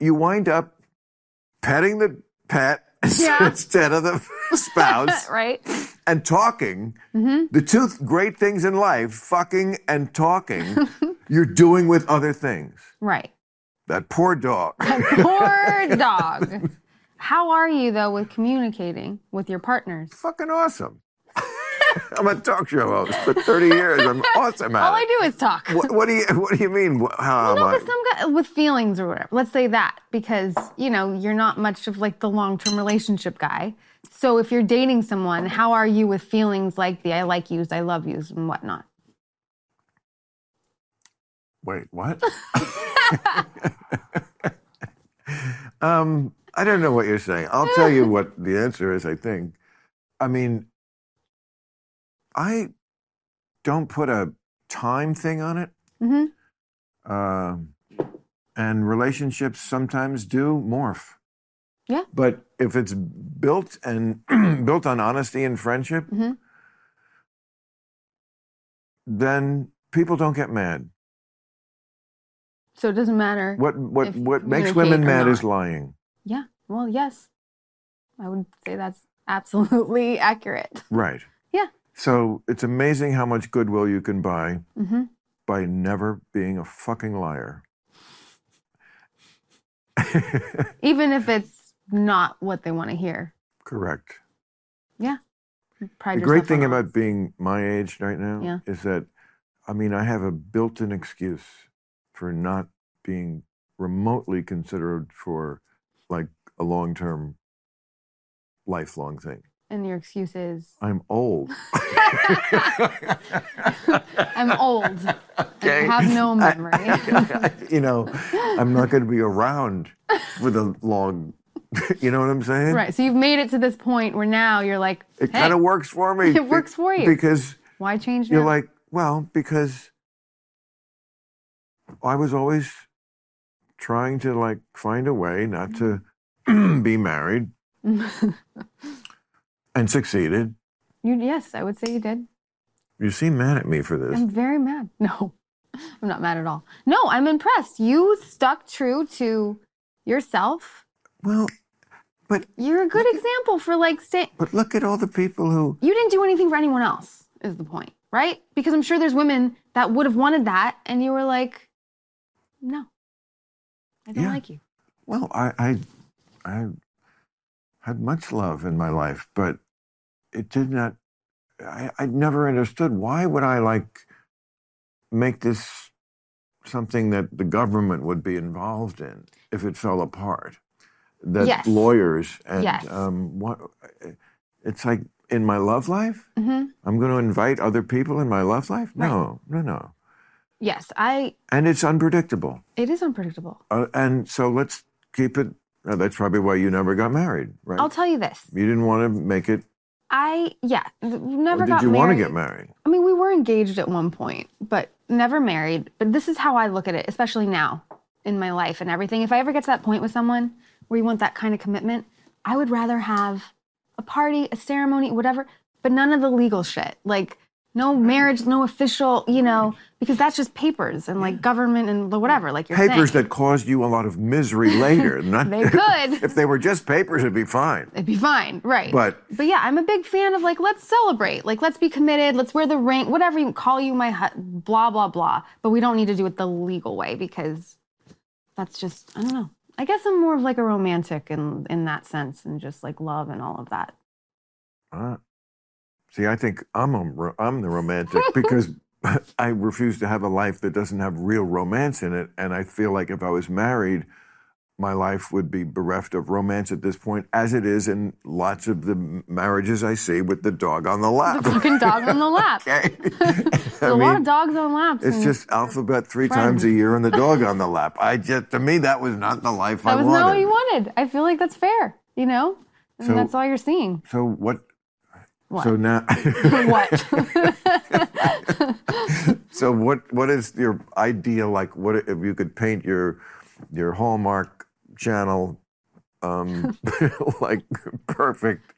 B: you wind up petting the pet
A: Yeah.
B: instead of the spouse
A: Right.
B: and talking,
A: Mm-hmm.
B: the two th- great things in life, fucking and talking, you're doing with other things.
A: Right.
B: That poor dog.
A: Poor dog. How are you though with communicating with your partners?
B: fucking awesome. I'm a talk show host for 30 years. I'm awesome at
A: All I
B: it.
A: do is talk.
B: What, what do you What do you mean? wh- How
A: No,
B: am
A: with some guy, with feelings or whatever. Let's say that because you know you're not much of like the long-term relationship guy. So if you're dating someone, how are you with feelings like the I like yous, I love yous, and whatnot?
B: I? Wait, what? um, I don't know what you're saying. I'll tell you what the answer is. I think. I mean, I don't put a time thing on it.
A: hmm
B: Um, and relationships sometimes do morph.
A: Yeah.
B: But if it's built and built on honesty and friendship,
A: Mhm.
B: then people don't get mad.
A: So it doesn't matter.
B: What what
A: If you
B: what makes
A: communicate
B: women
A: or
B: mad
A: not.
B: is lying.
A: Yeah. Well, yes, I would say that's absolutely accurate.
B: Right.
A: Yeah.
B: So it's amazing how much goodwill you can buy
A: hmm
B: by never being a fucking liar.
A: Even if it's not what they want to hear.
B: Correct.
A: Pride
B: The great
A: yourself
B: thing
A: on that.
B: about being my age right now
A: Yeah.
B: is that, I mean, I have a built in excuse for not being remotely considered for like a long term, lifelong thing.
A: and your excuse is
B: I'm old.
A: I'm old.
B: Okay.
A: I have no memory.
B: you know, I'm not going to be around for the long, you know what I'm saying?
A: right. So you've made it to this point where now you're like,
B: It
A: hey,
B: kind of works for me.
A: It works for you.
B: Because.
A: why change
B: You're
A: now?
B: like, well, because I was always trying to like find a way not to
A: Mm-hmm.
B: be married and succeeded.
A: you, yes, I would say you did.
B: You seem mad at me for this.
A: I'm very mad. No, I'm not mad at all. No, I'm impressed. You stuck true to yourself.
B: Well, but
A: You're a good example for like staying.
B: but look at all the people who
A: You didn't do anything for anyone else, is the point, right? Because I'm sure there's women that would have wanted that, and you were like, no, I don't
B: Yeah.
A: like you.
B: well, I I I had much love in my life, but it did not. I, I never understood why would I like make this something that the government would be involved in if it fell apart. That
A: Yes.
B: lawyers and
A: Yes.
B: um, what it's like in my love life.
A: Mhm.
B: I'm going to invite other people in my love life. No, no, no.
A: Yes, I.
B: And it's unpredictable.
A: It is unpredictable.
B: Uh, and so let's keep it. uh, that's probably why you never got married, right?
A: I'll tell you this.
B: you didn't want to make it.
A: I yeah, th-
B: Or
A: never
B: did
A: got
B: you
A: married.
B: want to get married?
A: I mean, we were engaged at one point, but never married. But this is how I look at it, especially now in my life and everything. If I ever get to that point with someone where you want that kind of commitment, I would rather have a party, a ceremony, whatever, but none of the legal shit. Like no marriage, no official, you know, because that's just papers and like government and the whatever. Like you're
B: Papers
A: saying.
B: that caused you a lot of misery later. Not,
A: They could.
B: If they were just papers, it'd be fine.
A: It'd be fine, right?
B: But-
A: but yeah, I'm a big fan of like let's celebrate, like let's be committed, let's wear the ring, whatever you call you, my hu- blah blah blah. But we don't need to do it the legal way because that's just I don't know. I guess I'm more of like a romantic in in that sense and just like love and all of that.
B: Uh, see, I think I'm a, ro- I'm the romantic because I refuse to have a life that doesn't have real romance in it, and I feel like if I was married, my life would be bereft of romance at this point, as it is in lots of the m- marriages I see with the dog on the lap.
A: Fucking dog on the lap.
B: okay,
A: There's a lot of dogs on laps.
B: it's
A: and
B: just alphabet three times a year and the dog on the lap. I just to me that was not the life
A: that
B: I
A: was
B: wanted.
A: not what you wanted. I feel like that's fair, you know, and
B: So-
A: that's all you're seeing.
B: So what?
A: What?
B: So now.
A: what?
B: So what what is your idea like? What if you could paint your your Hallmark channel um, like perfect,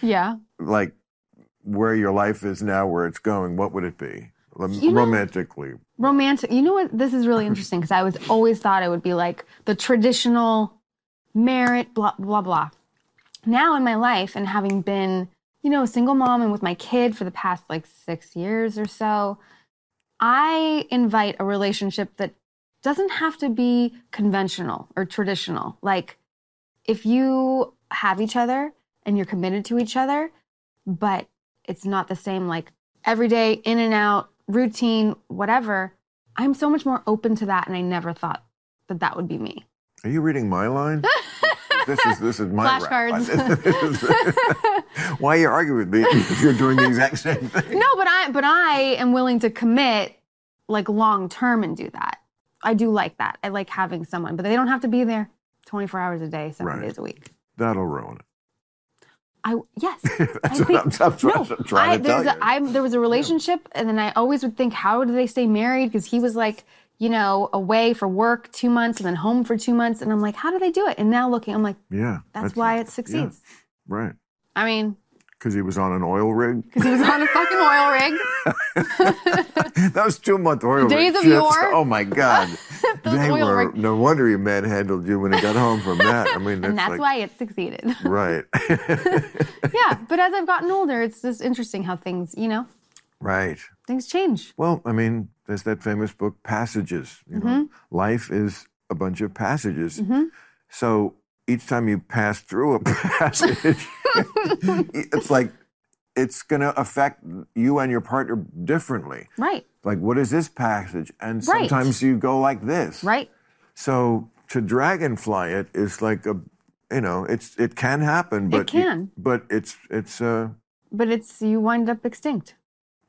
A: yeah.
B: like where your life is now, where it's going? What would it be Rom-
A: You know-
B: romantically?
A: romantic. You know what? This is really interesting because I was always thought it would be like the traditional merit, blah blah blah. Now in my life, and having been, you know, a single mom and with my kid for the past like six years or so, I invite a relationship that doesn't have to be conventional or traditional. Like if you have each other and you're committed to each other, but it's not the same like every day in and out routine whatever i'm so much more open to that and i never thought that that would be me
B: Are you reading my line? this is this is my rap.
A: Flashcards.
B: This is- Why are you arguing with me if you're doing the exact same thing?
A: no but i but i am willing to commit like long term and do that i do like that i like having someone but they don't have to be there 24 hours a day seven
B: Right.
A: days a week
B: That'll ruin it.
A: i yes
B: That's
A: I
B: what I'm, I'm trying, I'm trying
A: I,
B: to tell
A: there's
B: you.
A: a, I'm, there was a relationship, and then I always would think, how do they stay married? Because he was like, you know, away for work two months and then home for two months, and I'm like, how do they do it? And now looking, I'm like,
B: yeah,
A: that's, why it succeeds.
B: right.
A: I mean,
B: Because he was on an oil rig.
A: because he was on a fucking oil rig.
B: that was two month oil rig
A: Days of
B: shifts.
A: yore.
B: Oh my God. they
A: oil
B: were,
A: rig-
B: no wonder he manhandled you when he got home from that. I mean,
A: And that's
B: like,
A: why it succeeded.
B: Right.
A: yeah, but as I've gotten older, it's just interesting how things, you know,
B: right.
A: things change.
B: Well, I mean, there's that famous book, Passages. You know,
A: Mm-hmm.
B: life is a bunch of passages. So each time you pass through a passage, it's like, it's going to affect you and your partner differently.
A: Right,
B: Like, what is this passage? And
A: Right.
B: sometimes you go like this.
A: right.
B: So to dragonfly it is like a, you know, it's it can happen, but you-
A: can.
B: but it's it's uh
A: But it's, you wind up extinct.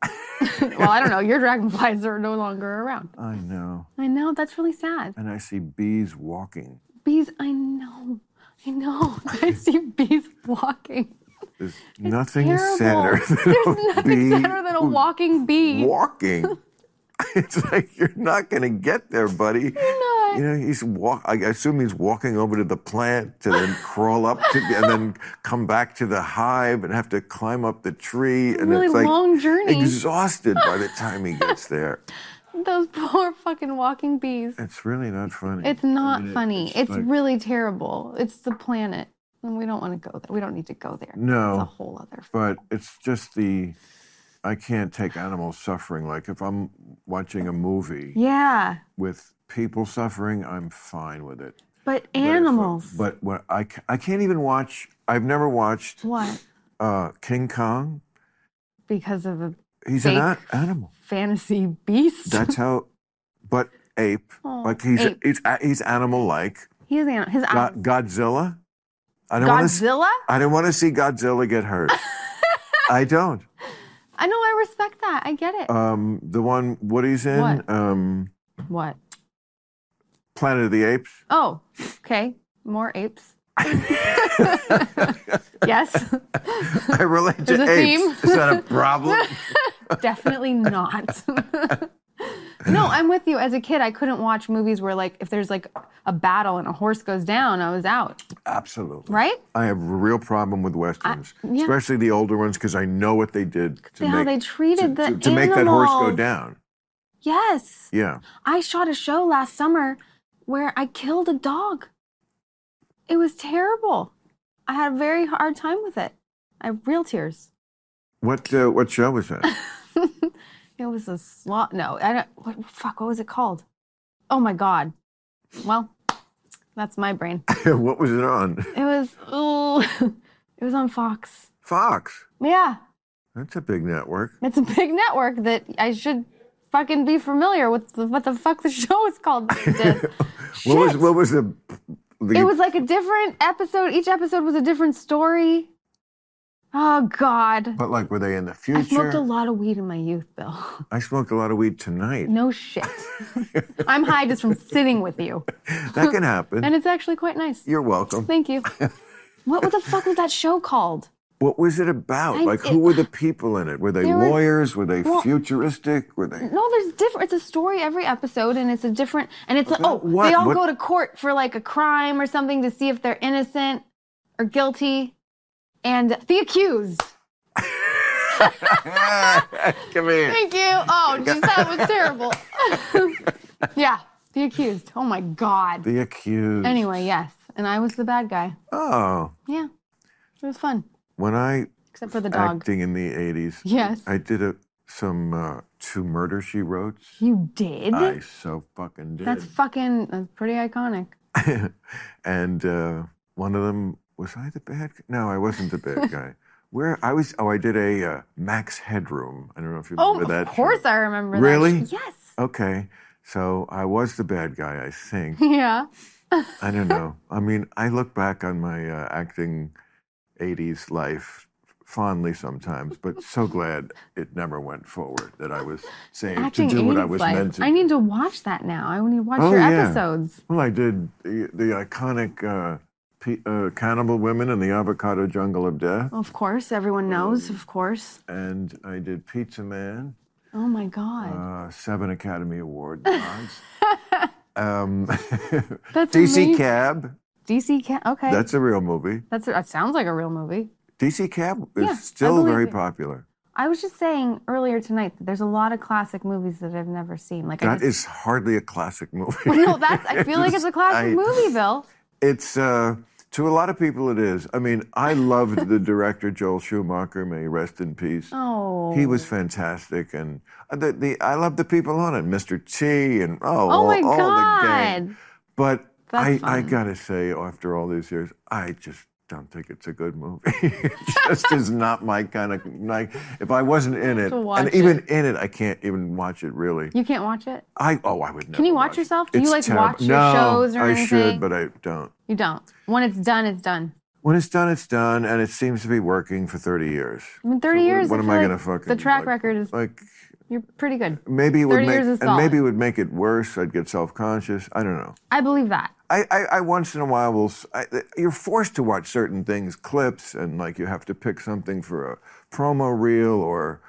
A: well, I don't know. Your dragonflies are no longer around.
B: I know,
A: I know, that's really sad.
B: and I see bees walking.
A: Bees, I know. I know. I see bees walking.
B: There's nothing
A: Terrible.
B: sadder than a
A: There's nothing
B: bee
A: sadder than a walking bee.
B: walking. it's like you're not gonna get there, buddy.
A: not.
B: You know, he's walk. I assume he's walking over to the plant to then crawl up to, the, and then come back to the hive and have to climb up the tree. And
A: Really
B: it's like
A: long journey.
B: Exhausted by the time he gets there.
A: Those poor fucking walking bees.
B: It's really not funny.
A: It's not
B: I mean, it-
A: funny. It's,
B: like-
A: really terrible. It's the planet. And we don't want to go there. We don't need to go there.
B: No.
A: It's a whole other.
B: but it's just the I can't take animal suffering. Like if I'm watching a movie
A: Yeah.
B: with people suffering, I'm fine with it.
A: But animals.
B: But when I, ca- I can't even watch. I've never watched
A: what?
B: uh, King Kong.
A: Because of a
B: He's an
A: Fake.
B: a- animal.
A: fantasy beast.
B: That's how. but ape.
A: Oh,
B: Like he's
A: ape.
B: he's a- he's animal like.
A: He is an, his eyes.
B: Godzilla. I don't want to.
A: Godzilla?
B: I don't want to see Godzilla get hurt. I don't.
A: I know, I respect that. I get it.
B: Um, the one Woody's in.
A: What?
B: Um,
A: what?
B: Planet of the Apes.
A: Oh, okay. More apes. yes,
B: I relate to
A: There's a
B: apes.
A: theme.
B: Is that a problem?
A: definitely not. no, I'm with you. As a kid, I couldn't watch movies where, like, if there's like a battle and a horse goes down, I was out,
B: Absolutely.
A: right?
B: I have a real problem with westerns,
A: yeah.
B: especially the older ones, because I know what they did to
A: How
B: make
A: they treated the
B: to, to make that horse go
A: animals.
B: down.
A: Yes.
B: Yeah.
A: I shot a show last summer where I killed a dog. It was terrible. I had a very hard time with it. I have real tears.
B: What uh, what show was that?
A: It was a slot. No, I don't. What fuck? What was it called? Oh my god. Well, that's my brain.
B: what was it on?
A: It was. Ooh, it was on Fox.
B: Fox.
A: Yeah,
B: That's a big network.
A: it's a big network that I should fucking be familiar with. The, what the fuck the show is called? Shit.
B: What was what was the, the
A: It was like a different episode. Each episode was a different story. Oh God.
B: but like were they in the
A: I smoked a
B: future?
A: lot of weed in my youth, Bill.
B: I smoked a lot of weed tonight.
A: No shit. I'm high just from sitting with you.
B: That can happen.
A: And it's actually quite nice.
B: You're welcome.
A: Thank you. What the fuck was that show called?
B: What was it about?
A: I-
B: like who
A: it-
B: were the people in it? Were they
A: They were-
B: lawyers? Were they
A: Well-
B: futuristic? Were they
A: No, there's different. It's a story every episode, and it's a different. And it's like, oh,
B: About what?
A: they all
B: What-
A: go to court for like a crime or something to see if they're innocent or guilty, and the accused.
B: Come here.
A: Thank you. Oh, geez, that was terrible. yeah, the accused. Oh my god.
B: The accused.
A: Anyway, yes, and I was the bad guy.
B: Oh,
A: Yeah, it was fun,
B: when I
A: except for the dog.
B: acting in the '80s,
A: Yes,
B: I did a, some uh, two murder she wrote.
A: you did.
B: I so fucking did.
A: That's fucking. That's pretty iconic.
B: and uh, one of them was I the bad? guy? No, I wasn't the bad guy. Where I was? Oh, I did a uh, Max Headroom. I don't know if you
A: Oh,
B: remember that.
A: of
B: show.
A: course I remember. that.
B: Really?
A: Yes.
B: Okay, so I was the bad guy. I think.
A: Yeah.
B: I don't know. I mean, I look back on my uh, acting 80s life fondly sometimes, but so glad it never went forward that I was saved
A: Acting
B: to do what I
A: 80s
B: was
A: life.
B: meant to.
A: I need to watch that now. I need to watch
B: Oh,
A: your
B: yeah.
A: episodes.
B: well, I did the, the iconic uh, P, uh, Cannibal Women in the Avocado Jungle of Death,
A: Of course, everyone knows. Of course.
B: and I did Pizza Man,
A: Oh my god.
B: uh, seven Academy Award nods. um,
A: That's
B: DC
A: amazing.
B: Cab,
A: DC Cat. Okay.
B: that's a real movie.
A: That's that sounds like a real movie.
B: DC Cab is
A: Yeah, I
B: still
A: believe
B: very
A: you.
B: popular.
A: I was just saying earlier tonight that there's a lot of classic movies that I've never seen. Like I
B: That
A: just,
B: is hardly a classic movie.
A: no, that's I feel like it's a classic
B: I-
A: movie, Bill.
B: It's uh, to a lot of people, it is. I mean, I loved the director Joel Schumacher. May he rest in peace.
A: Oh.
B: He was fantastic, and uh, the, the I love the people on it, Mr. T, and oh,
A: Oh my
B: all, all the gang.
A: god.
B: But I,
A: That's
B: I
A: fun.
B: gotta say, after all these years, I just don't think it's a good movie. it just is not my kind of like. If I wasn't in it,
A: to
B: and
A: watch
B: even in it, I can't even watch it really.
A: You can't watch it?
B: I oh, I would never.
A: Can you watch
B: it.
A: yourself? Do you,
B: It's
A: like,
B: terrible.
A: watch your
B: No,
A: shows or
B: I
A: anything?
B: should, but I don't.
A: You don't. When it's done, it's done.
B: When it's done, it's done, and it seems to be working for 30 years.
A: I mean, 30
B: So what-
A: years.
B: what
A: I
B: am
A: feel
B: I
A: like
B: gonna fucking,
A: The track
B: like-
A: record is
B: Like
A: you're pretty good.
B: maybe it would
A: 30
B: make
A: years is
B: and maybe
A: solid.
B: it would make it worse. I'd get self-conscious. I don't know.
A: I believe that.
B: I, I, I once in a while will. s- I, you're forced to watch certain things, clips, and like you have to pick something for a promo reel or.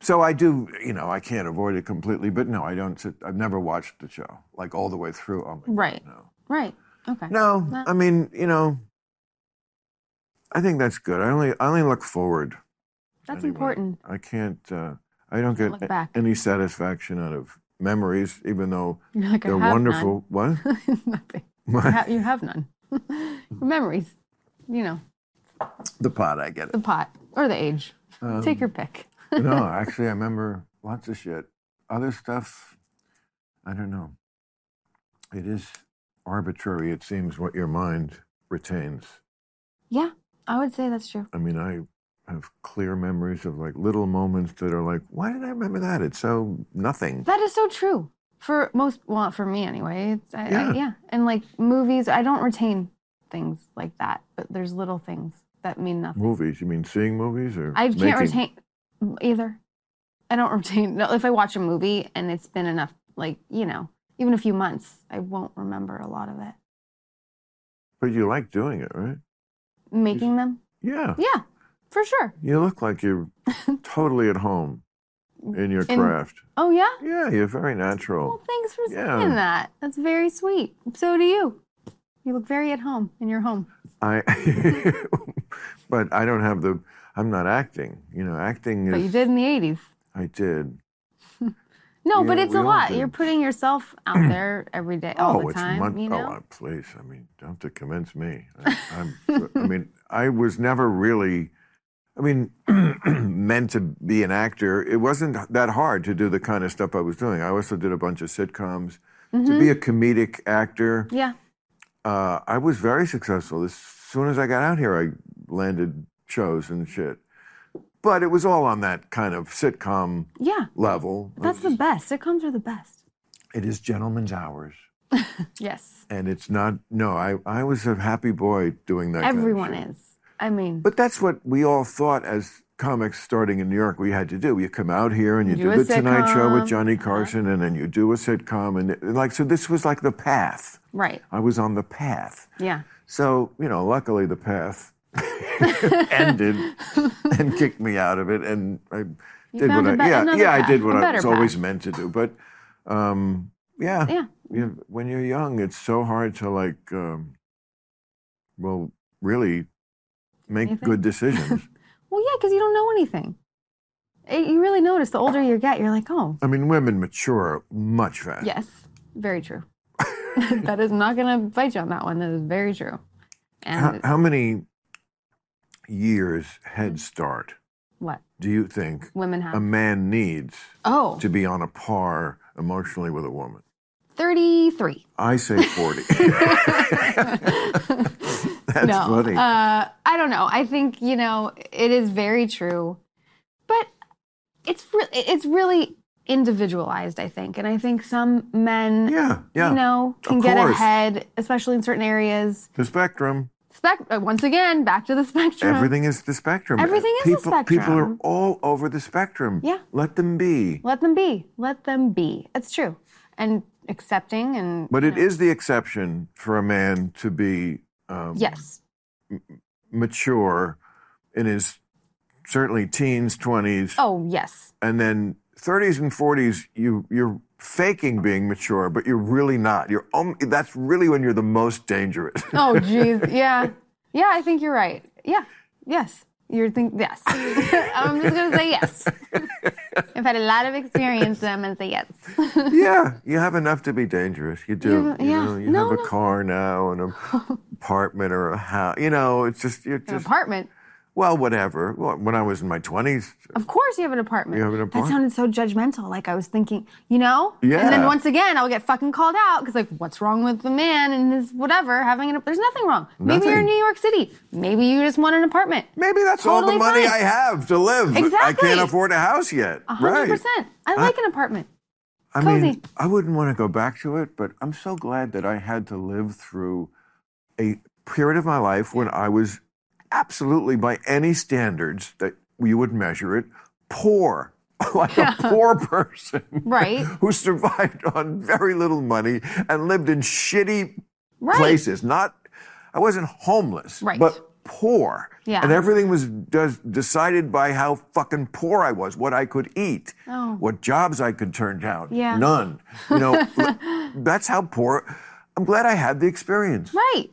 B: So I do, you know, I can't avoid it completely, but no, I don't. sit- I've never watched the show like all the way through. Oh my
A: Right.
B: God, no.
A: Right. Okay.
B: No,
A: No.
B: I mean, you know, I think that's good. I only I only look forward.
A: That's
B: anyway.
A: important.
B: I can't. Uh, I don't get
A: look
B: a-
A: back.
B: any satisfaction out of memories, even though
A: You're like, I
B: they're
A: have
B: wonderful. What?
A: None. Nothing. You, ha- you have none. Memories. You know,
B: the pot, I get it.
A: the pot or the age.
B: Um,
A: Take your pick.
B: no, actually, I remember lots of shit. Other stuff, I don't know. It is arbitrary it seems what your mind retains.
A: Yeah, I would say that's true.
B: I mean, I have clear memories of like little moments that are like, why did I remember that? It's so nothing.
A: That is so true for most. Well, for me anyway. It's, I, yeah.
B: Yeah.
A: I, yeah, and like movies, I don't retain things like that, but there's little things that mean nothing.
B: Movies? You mean seeing movies or
A: I can't
B: making-
A: retain either. I don't retain. No, if I watch a movie and it's been enough, like you know, even a few months, I won't remember a lot of it.
B: But you like doing it, right?
A: Making them,
B: Yeah.
A: yeah, for sure.
B: You look like you're totally at home in your
A: In-
B: craft.
A: Oh yeah.
B: Yeah, you're very natural.
A: Well, thanks for
B: Yeah.
A: saying that. That's very sweet. So do you. You look very at home in your home.
B: I, but I don't have the. I'm not acting. You know, acting
A: But
B: is.
A: you did in the 80s.
B: I did.
A: No,
B: Yeah,
A: but it's
B: we
A: a
B: all
A: lot.
B: did.
A: You're putting yourself out there every day, all the
B: it's
A: time.
B: mon-
A: you
B: Oh,
A: know?
B: uh, please. I mean, don't have to convince me. I, I'm, I mean, I was never really. I mean, meant to be an actor. It wasn't that hard to do the kind of stuff I was doing. I also did a bunch of sitcoms. To
A: Mm-hmm.
B: be a comedic actor,
A: yeah.
B: uh, I was very successful. As soon as I got out here, I landed shows and shit. But it was all on that kind of sitcom
A: Yeah.
B: level.
A: That's the best. Sitcoms are the best.
B: It is gentlemen's hours.
A: Yes.
B: And it's not, no, I, I was a happy boy doing that.
A: Everyone
B: kind of shit.
A: is. I mean,
B: But that's what we all thought as comics starting in New York we had to do. You come out here and you
A: Do
B: do,
A: a
B: the Tonight Show
A: sitcom.
B: with Johnny Carson and then you do a sitcom. And and like, so this was like the path.
A: right.
B: I was on the path.
A: Yeah.
B: So, you know, luckily the path ended and kicked me out of it. And I did
A: found
B: what
A: a
B: I,
A: be-
B: yeah,
A: another
B: yeah, I
A: path,
B: did what
A: a
B: I
A: better
B: was always meant to do. But um, yeah,
A: Yeah.
B: you- when you're young, it's so hard to like, um, well, really make
A: Anything?
B: good decisions.
A: Well, yeah, because you don't know anything. It- you really notice the older you get, you're like, oh,
B: I mean, women mature much faster.
A: yes. Very true. that is not going to fight you on that one. That is very true.
B: How,
A: And
B: how many years head
A: Mm-hmm.
B: start
A: what?
B: do you think
A: Women have.
B: a man needs?
A: oh,
B: to be on a par emotionally with a woman.
A: 33.
B: I say 40. That's
A: no,
B: funny.
A: Uh, I don't know. I think you know it is very true, but it's re- it's really individualized. I think, and I think some men,
B: yeah, yeah.
A: you know, can
B: of
A: get
B: course.
A: ahead, especially in certain areas.
B: the spectrum.
A: Spec- uh, once again, back to the spectrum.
B: Everything is the spectrum.
A: Everything is the
B: people, People are
A: spectrum.
B: all over the spectrum.
A: Yeah.
B: Let them be.
A: Let them be. Let them be. It's true, and accepting and
B: But it is the exception for a man to be um,
A: yes,
B: mature in his certainly teens, 20s,
A: oh yes,
B: and then 30s and 40s you you're faking being mature but you're really not you're um, that's really when you're the most dangerous
A: oh jeez, yeah, yeah. I think you're right. Yeah, yes. You're think yes. I'm just gonna say yes. I've had a lot of experience, so I'm gonna say yes.
B: yeah you have enough to be dangerous you do
A: You-
B: you
A: yeah.
B: know you
A: No,
B: have a
A: no.
B: car now and an apartment or a house you know it's just you're
A: An
B: just
A: apartment.
B: well whatever Well, when i was in my 20s
A: Of course, you have an apartment.
B: You have an apartment.
A: That sounded so judgmental. Like I was thinking, you know. And then
B: Yeah.
A: once again, I'll get fucking called out because like, what's wrong with the man and his whatever having an? There's nothing wrong. Maybe you're in
B: Nothing.
A: New York City. Maybe you just want an apartment.
B: maybe that's all
A: Totally
B: the money
A: fine.
B: i have to live i
A: Exactly.
B: can't afford a house yet
A: Hundred
B: right
A: percent. I like an apartment.
B: I
A: Cozy.
B: mean, I wouldn't want to go back to it, but I'm so glad that I had to live through a period of my life when I was absolutely, by any standards that you would measure it, poor, like a poor person
A: Right.
B: who survived on very little money and lived in shitty
A: Right.
B: places. Not, I wasn't homeless,
A: Right.
B: but poor.
A: Yeah.
B: And everything was des- decided by how fucking poor I was, what I could eat,
A: Oh.
B: what jobs I could turn down.
A: Yeah.
B: None. You know, l- that's how poor. I'm glad I had the experience.
A: Right.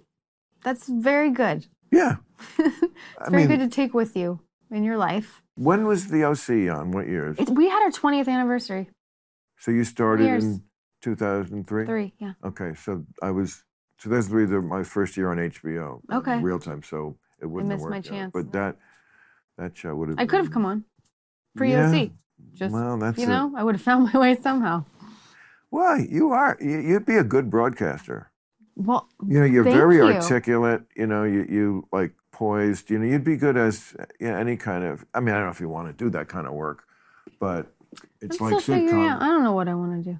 A: That's very good.
B: Yeah.
A: It's very good to take with you in your life.
B: When was the OC on? What years?
A: It's, we had our 20th anniversary.
B: So you started
A: Years.
B: in 2003?
A: Three, yeah.
B: Okay, so I was 2003, the, my first year on HBO. uh,
A: Okay.
B: Real time, so it wouldn't have
A: missed my
B: worked out.
A: chance.
B: But that that show would have.
A: I could have come on pre
B: Yeah.
A: OC. Just,
B: Well, that's
A: you
B: it.
A: know, I would have found my way somehow.
B: Well, you are. you- You'd be a good broadcaster.
A: Well,
B: You know, you're
A: Thank
B: very
A: you.
B: articulate. You know, you you like poised. You know, you'd be good as yeah, any kind of. I mean, I don't know if you want to do that kind of work, but it's
A: I'm
B: like
A: still figuring out. I
B: sitcom.
A: don't know what I want to do.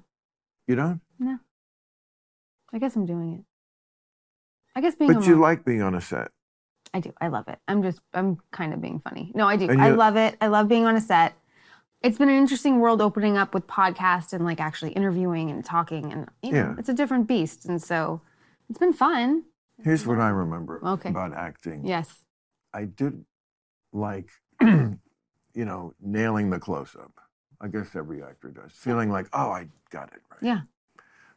B: You don't,
A: I guess I'm doing it. I guess being a
B: but you
A: mom-
B: like being on a set.
A: I do. I love it. I'm just I'm kind of being funny. No, I do.
B: And
A: I
B: you-
A: love it. I love being on a set. It's been an interesting world opening up with podcast and like actually interviewing and talking and you know,
B: Yeah.
A: it's a different beast. And so it's been fun.
B: Here's what I remember
A: Okay.
B: about acting.
A: Yes.
B: I did like, you know, nailing the close up. I guess every actor does. Feeling like, oh, I got it right.
A: Yeah.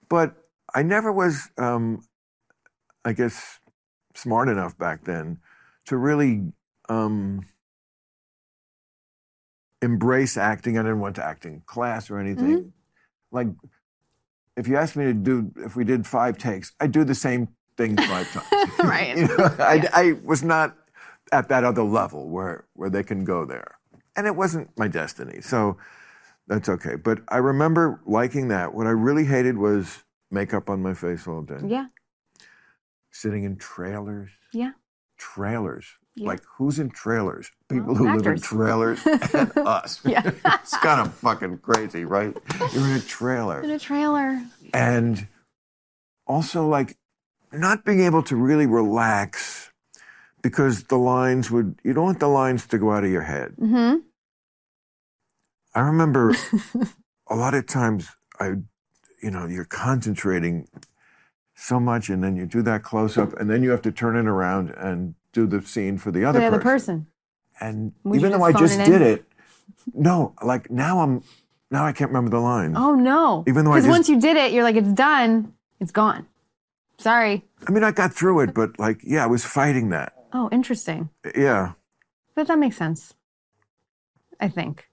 B: But I never was, um, I guess, smart enough back then to really um, embrace acting. I didn't went to acting class or anything. Like, if you asked me to do, if we did five takes, I'd do the same thing five times.
A: Right.
B: You know, I, I was not at that other level where, where they can go there. And it wasn't my destiny. So that's okay. But I remember liking that. What I really hated was makeup on my face all day,
A: Yeah.
B: sitting in trailers.
A: Yeah.
B: Trailers.
A: Yeah.
B: Like, who's in trailers?
A: Well,
B: People who live in
A: actors.
B: trailers and us.
A: Yeah.
B: it's kind of fucking crazy, right? You're in a trailer
A: In a trailer.
B: and also like not being able to really relax because the lines would you don't want the lines to go out of your head
A: hmm
B: i remember a lot of times i you know you're concentrating so much and then you do that close up and then you have to turn it around and do the scene for the other,
A: the other
B: person.
A: person.
B: and
A: Would you
B: even though
A: just
B: i
A: phone
B: just
A: it in?
B: did it no like now i'm now i can't remember the line
A: Oh no.
B: Even though I
A: Because
B: just-
A: once you did it, you're like, it's done. It's gone. Sorry.
B: i mean i got through it but like yeah i was fighting that
A: Oh, interesting.
B: yeah
A: But that makes sense. I think.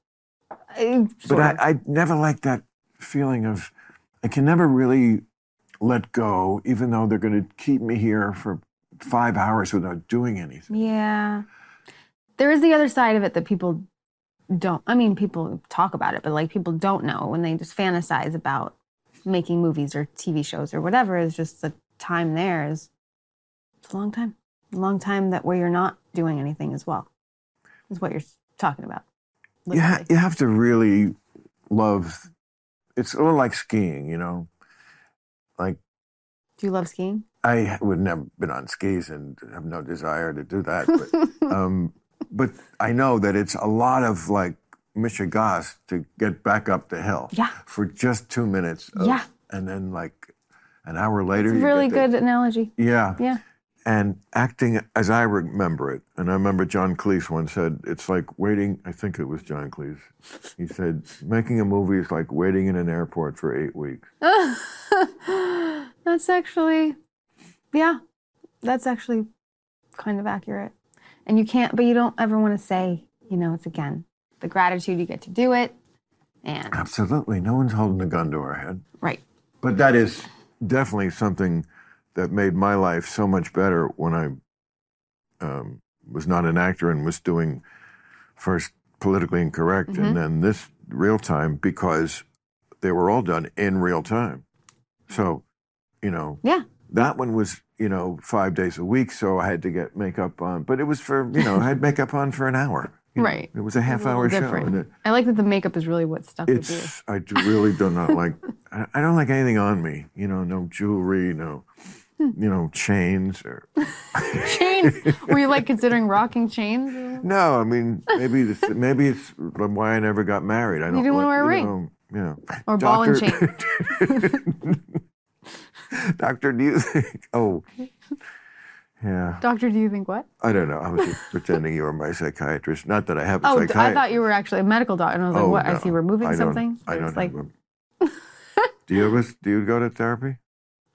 A: I-
B: But
A: sort of.
B: I, I never like that feeling of I can never really let go, even though they're going to keep me here for five hours without doing anything.
A: Yeah. There is the other side of it that people don't, I mean, people talk about it, but like people don't know when they just fantasize about making movies or TV shows or whatever. It's just the time there is, it's a long time. A long time that where you're not doing anything as well is what you're s- talking about.
B: You, ha-
A: literally.
B: you have to really love. It's a little like skiing, you know. Like
A: Do you love skiing?
B: I would never been on skis and have no desire to do that. But, um, but I know that it's a lot of like mishigas to get back up the hill
A: Yeah.
B: for just two minutes. Of,
A: Yeah.
B: And then like an hour later,
A: It's a
B: you get
A: really
B: the-
A: good analogy.
B: yeah.
A: Yeah.
B: And acting as I remember it, and I remember John Cleese once said, it's like waiting, I think it was John Cleese. He said, making a movie is like waiting in an airport for eight weeks.
A: that's actually, yeah, that's actually kind of accurate. And you can't, but you don't ever want to say, you know, it's again the gratitude you get to do it. And
B: Absolutely. No one's holding a gun to our head.
A: right,
B: But that is definitely something that made my life so much better when I um, was not an actor and was doing first politically incorrect
A: Mm-hmm.
B: and then this real time because they were all done in real time. So, you know,
A: yeah,
B: that one was, you know, five days a week. So I had to get makeup on, but it was for, you know, I had makeup on for an hour. you know.
A: Right.
B: It was a half
A: A little
B: hour show.
A: different.
B: And it,
A: I like that the makeup is really what stuck with you.
B: it's I do- really do not like. I I don't like anything on me. You know, no jewelry, no,
A: Hmm.
B: you know, chains or
A: Chains? Were you like considering rocking chains?
B: no. I mean, maybe this, maybe it's why I never got married. I don't.
A: didn't wanna
B: like-
A: wear a
B: you
A: ring.
B: know, yeah.
A: Or ball and
B: Doctor, do you think? Oh, yeah.
A: Doctor, do you think what?
B: I don't know. I was just pretending you were my psychiatrist. Not that I have a
A: Oh, d-
B: psychiatrist.
A: I thought you were actually a medical doctor, and I was like,
B: Oh,
A: what?
B: no.
A: Is he removing
B: I don't-
A: something?
B: I
A: It's
B: don't
A: like,
B: have a- do you ever? Do you go to therapy?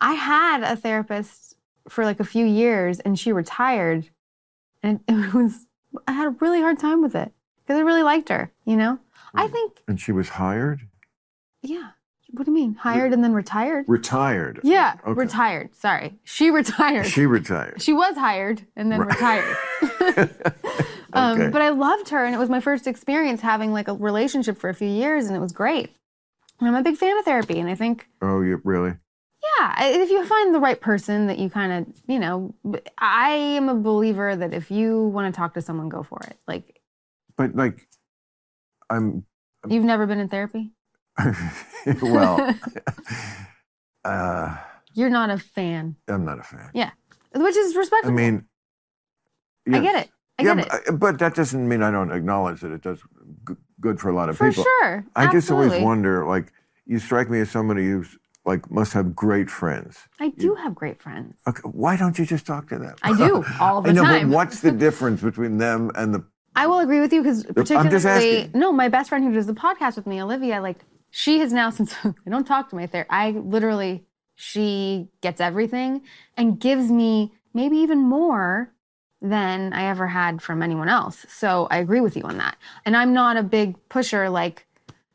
A: I had a therapist for like a few years and she retired. And it was, I had a really hard time with it because I really liked her, you know? I
B: Mm.
A: think,
B: And she was hired,
A: yeah. What do you mean? Hired and then retired?
B: retired.
A: Yeah,
B: Okay.
A: retired. Sorry. She retired. She,
B: She retired.
A: was hired and then retired.
B: Okay.
A: um, but I loved her and it was my first experience having like a relationship for a few years and it was great. And I'm a big fan of therapy and I think
B: Oh, you really?
A: Yeah, I- if you find the right person that you kind of, you know, I am a believer that if you want to talk to someone, go for it. Like,
B: But like, I'm
A: you've never been in therapy?
B: well. uh,
A: You're not a fan,
B: I'm not a fan.
A: which is
B: I
A: respectable.
B: mean,
A: I get it. I
B: yeah,
A: get it.
B: But, but that doesn't mean I don't acknowledge that it does g- good for a lot of
A: For
B: people.
A: sure.
B: I just always
A: Absolutely.
B: wonder, like, you strike me as somebody who's like must have great friends.
A: I do have great friends.
B: Okay, why don't you just talk to them?
A: I do all the
B: I know,
A: time.
B: but what's the difference between them and the?
A: I will agree with you because particularly
B: asking.
A: no, my best friend who does the podcast with me, Olivia, like she has now since I don't talk to my therapist. I literally she gets everything and gives me maybe even more than I ever had from anyone else. So I agree with you on that. And I'm not a big pusher like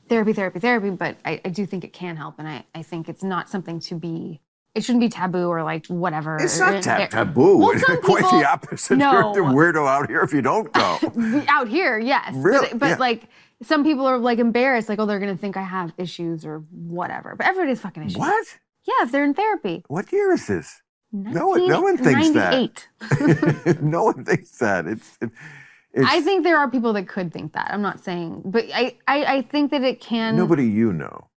A: therapy, therapy, therapy, but I, I do think it can help. And I, I think it's not something to be it shouldn't be taboo or like whatever.
B: It's not
A: There-
B: tab- taboo.
A: Well,
B: It's
A: some
B: Quite
A: people-
B: the opposite.
A: No.
B: You're the weirdo out here if you don't go.
A: out here, yes. But-
B: Really?
A: But,
B: Yeah.
A: like some people are like embarrassed, like, oh, they're gonna think I have issues or whatever. But everybody's fucking issues.
B: what?
A: Yeah, if they're in therapy.
B: What year is this? No one- no one thinks that.
A: 1998.
B: no one thinks that. It's. It, it's
A: I think there are people that could think that. I'm not saying, but I, I, I think that it can.
B: nobody you know.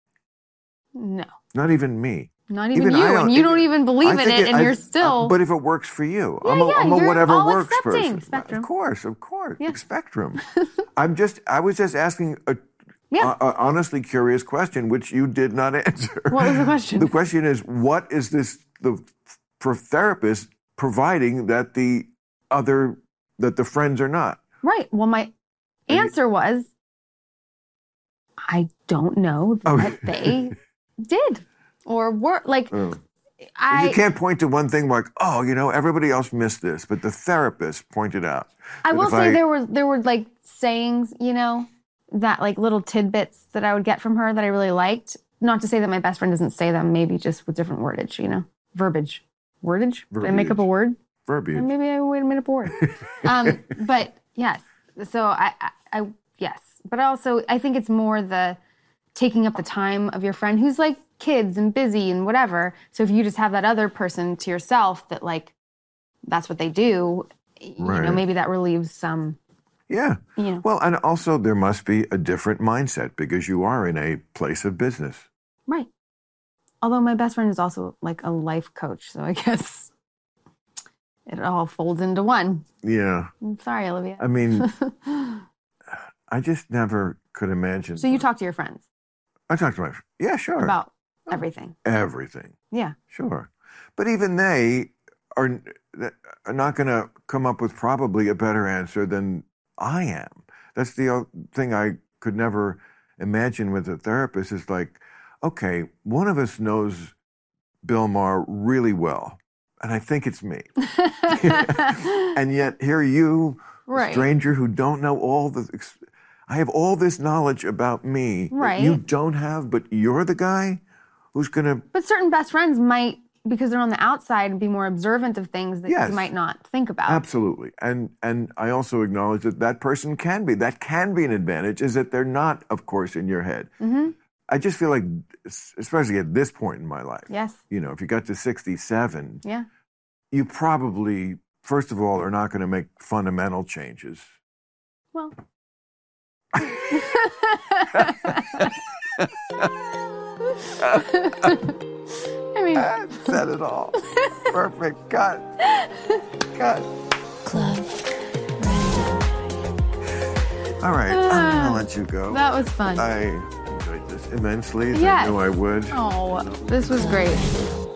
A: no,
B: Not even me.
A: not even,
B: Even
A: you,
B: I don't-
A: and you
B: even-
A: don't even believe
B: I
A: in
B: think
A: it, and
B: I-
A: you're still.
B: uh, but if it works for you, I'm
A: Yeah,
B: a,
A: yeah,
B: am a
A: you're
B: whatever
A: all
B: works
A: accepting,
B: person.
A: spectrum.
B: Of course, of course,
A: Yeah.
B: spectrum. I'm just. I was just asking a,
A: Yeah.
B: a- a honestly curious question, which you did not answer.
A: what was the question?
B: The question is, what is this the for therapist providing that the other that the friends are not?
A: right. Well, my answer was, I don't know
B: Oh.
A: that they did or were like.
B: Oh.
A: I
B: you can't point to one thing like, oh, you know, everybody else missed this, but the therapist pointed out.
A: I
B: that
A: will
B: if
A: say there were there were like sayings, you know, that like little tidbits that I would get from her that I really liked. Not to say that my best friend doesn't say them, maybe just with different wordage, you know, verbiage, wordage. Did I make up a
B: Verbiage.
A: word?
B: verbiage.
A: And maybe I wait a minute bored. um, but yes, so I, I, I yes, but also I think it's more the taking up the time of your friend who's like kids and busy and whatever. So if you just have that other person to yourself that like that's what they do, you know,
B: Right.
A: maybe that relieves some.
B: Yeah.
A: You know,
B: Well, and also there must be a different mindset because you are in a place of business.
A: right. Although my best friend is also like a life coach, so I guess it all folds into one.
B: Yeah.
A: I'm sorry, Olivia.
B: I mean, I just never could imagine.
A: so you talk to your friends
B: I talked to my, yeah, sure.
A: about everything.
B: everything.
A: Yeah.
B: Sure. But even they are, are not going to come up with probably a better answer than I am. That's the o- thing I could never imagine with a therapist is like, okay, one of us knows Bill Maher really well, and I think it's me. and yet here you,
A: right.
B: stranger who don't know all the, ex- I have all this knowledge about me that you
A: Right. Uh,
B: don't have, but you're the guy who's going to
A: But certain best friends might, because they're on the outside, be more observant of things that
B: Yes.
A: you might not think about.
B: Absolutely, and and I also acknowledge that that person can be that can be an advantage is that they're not, of course, in your head.
A: Mhm.
B: I just feel like, s- especially at this point in my life,
A: Yes.
B: you know, if you got to sixty-seven,
A: Yeah.
B: you probably, first of all, are not going to make fundamental changes.
A: Well. I mean,
B: Ah, Said it all. Perfect. Cut. Cut.
C: Club.
B: All right, I'm gonna let you go.
A: that was fun.
B: I enjoyed this immensely. as I
A: Yes.
B: knew I would.
A: Oh, this was great.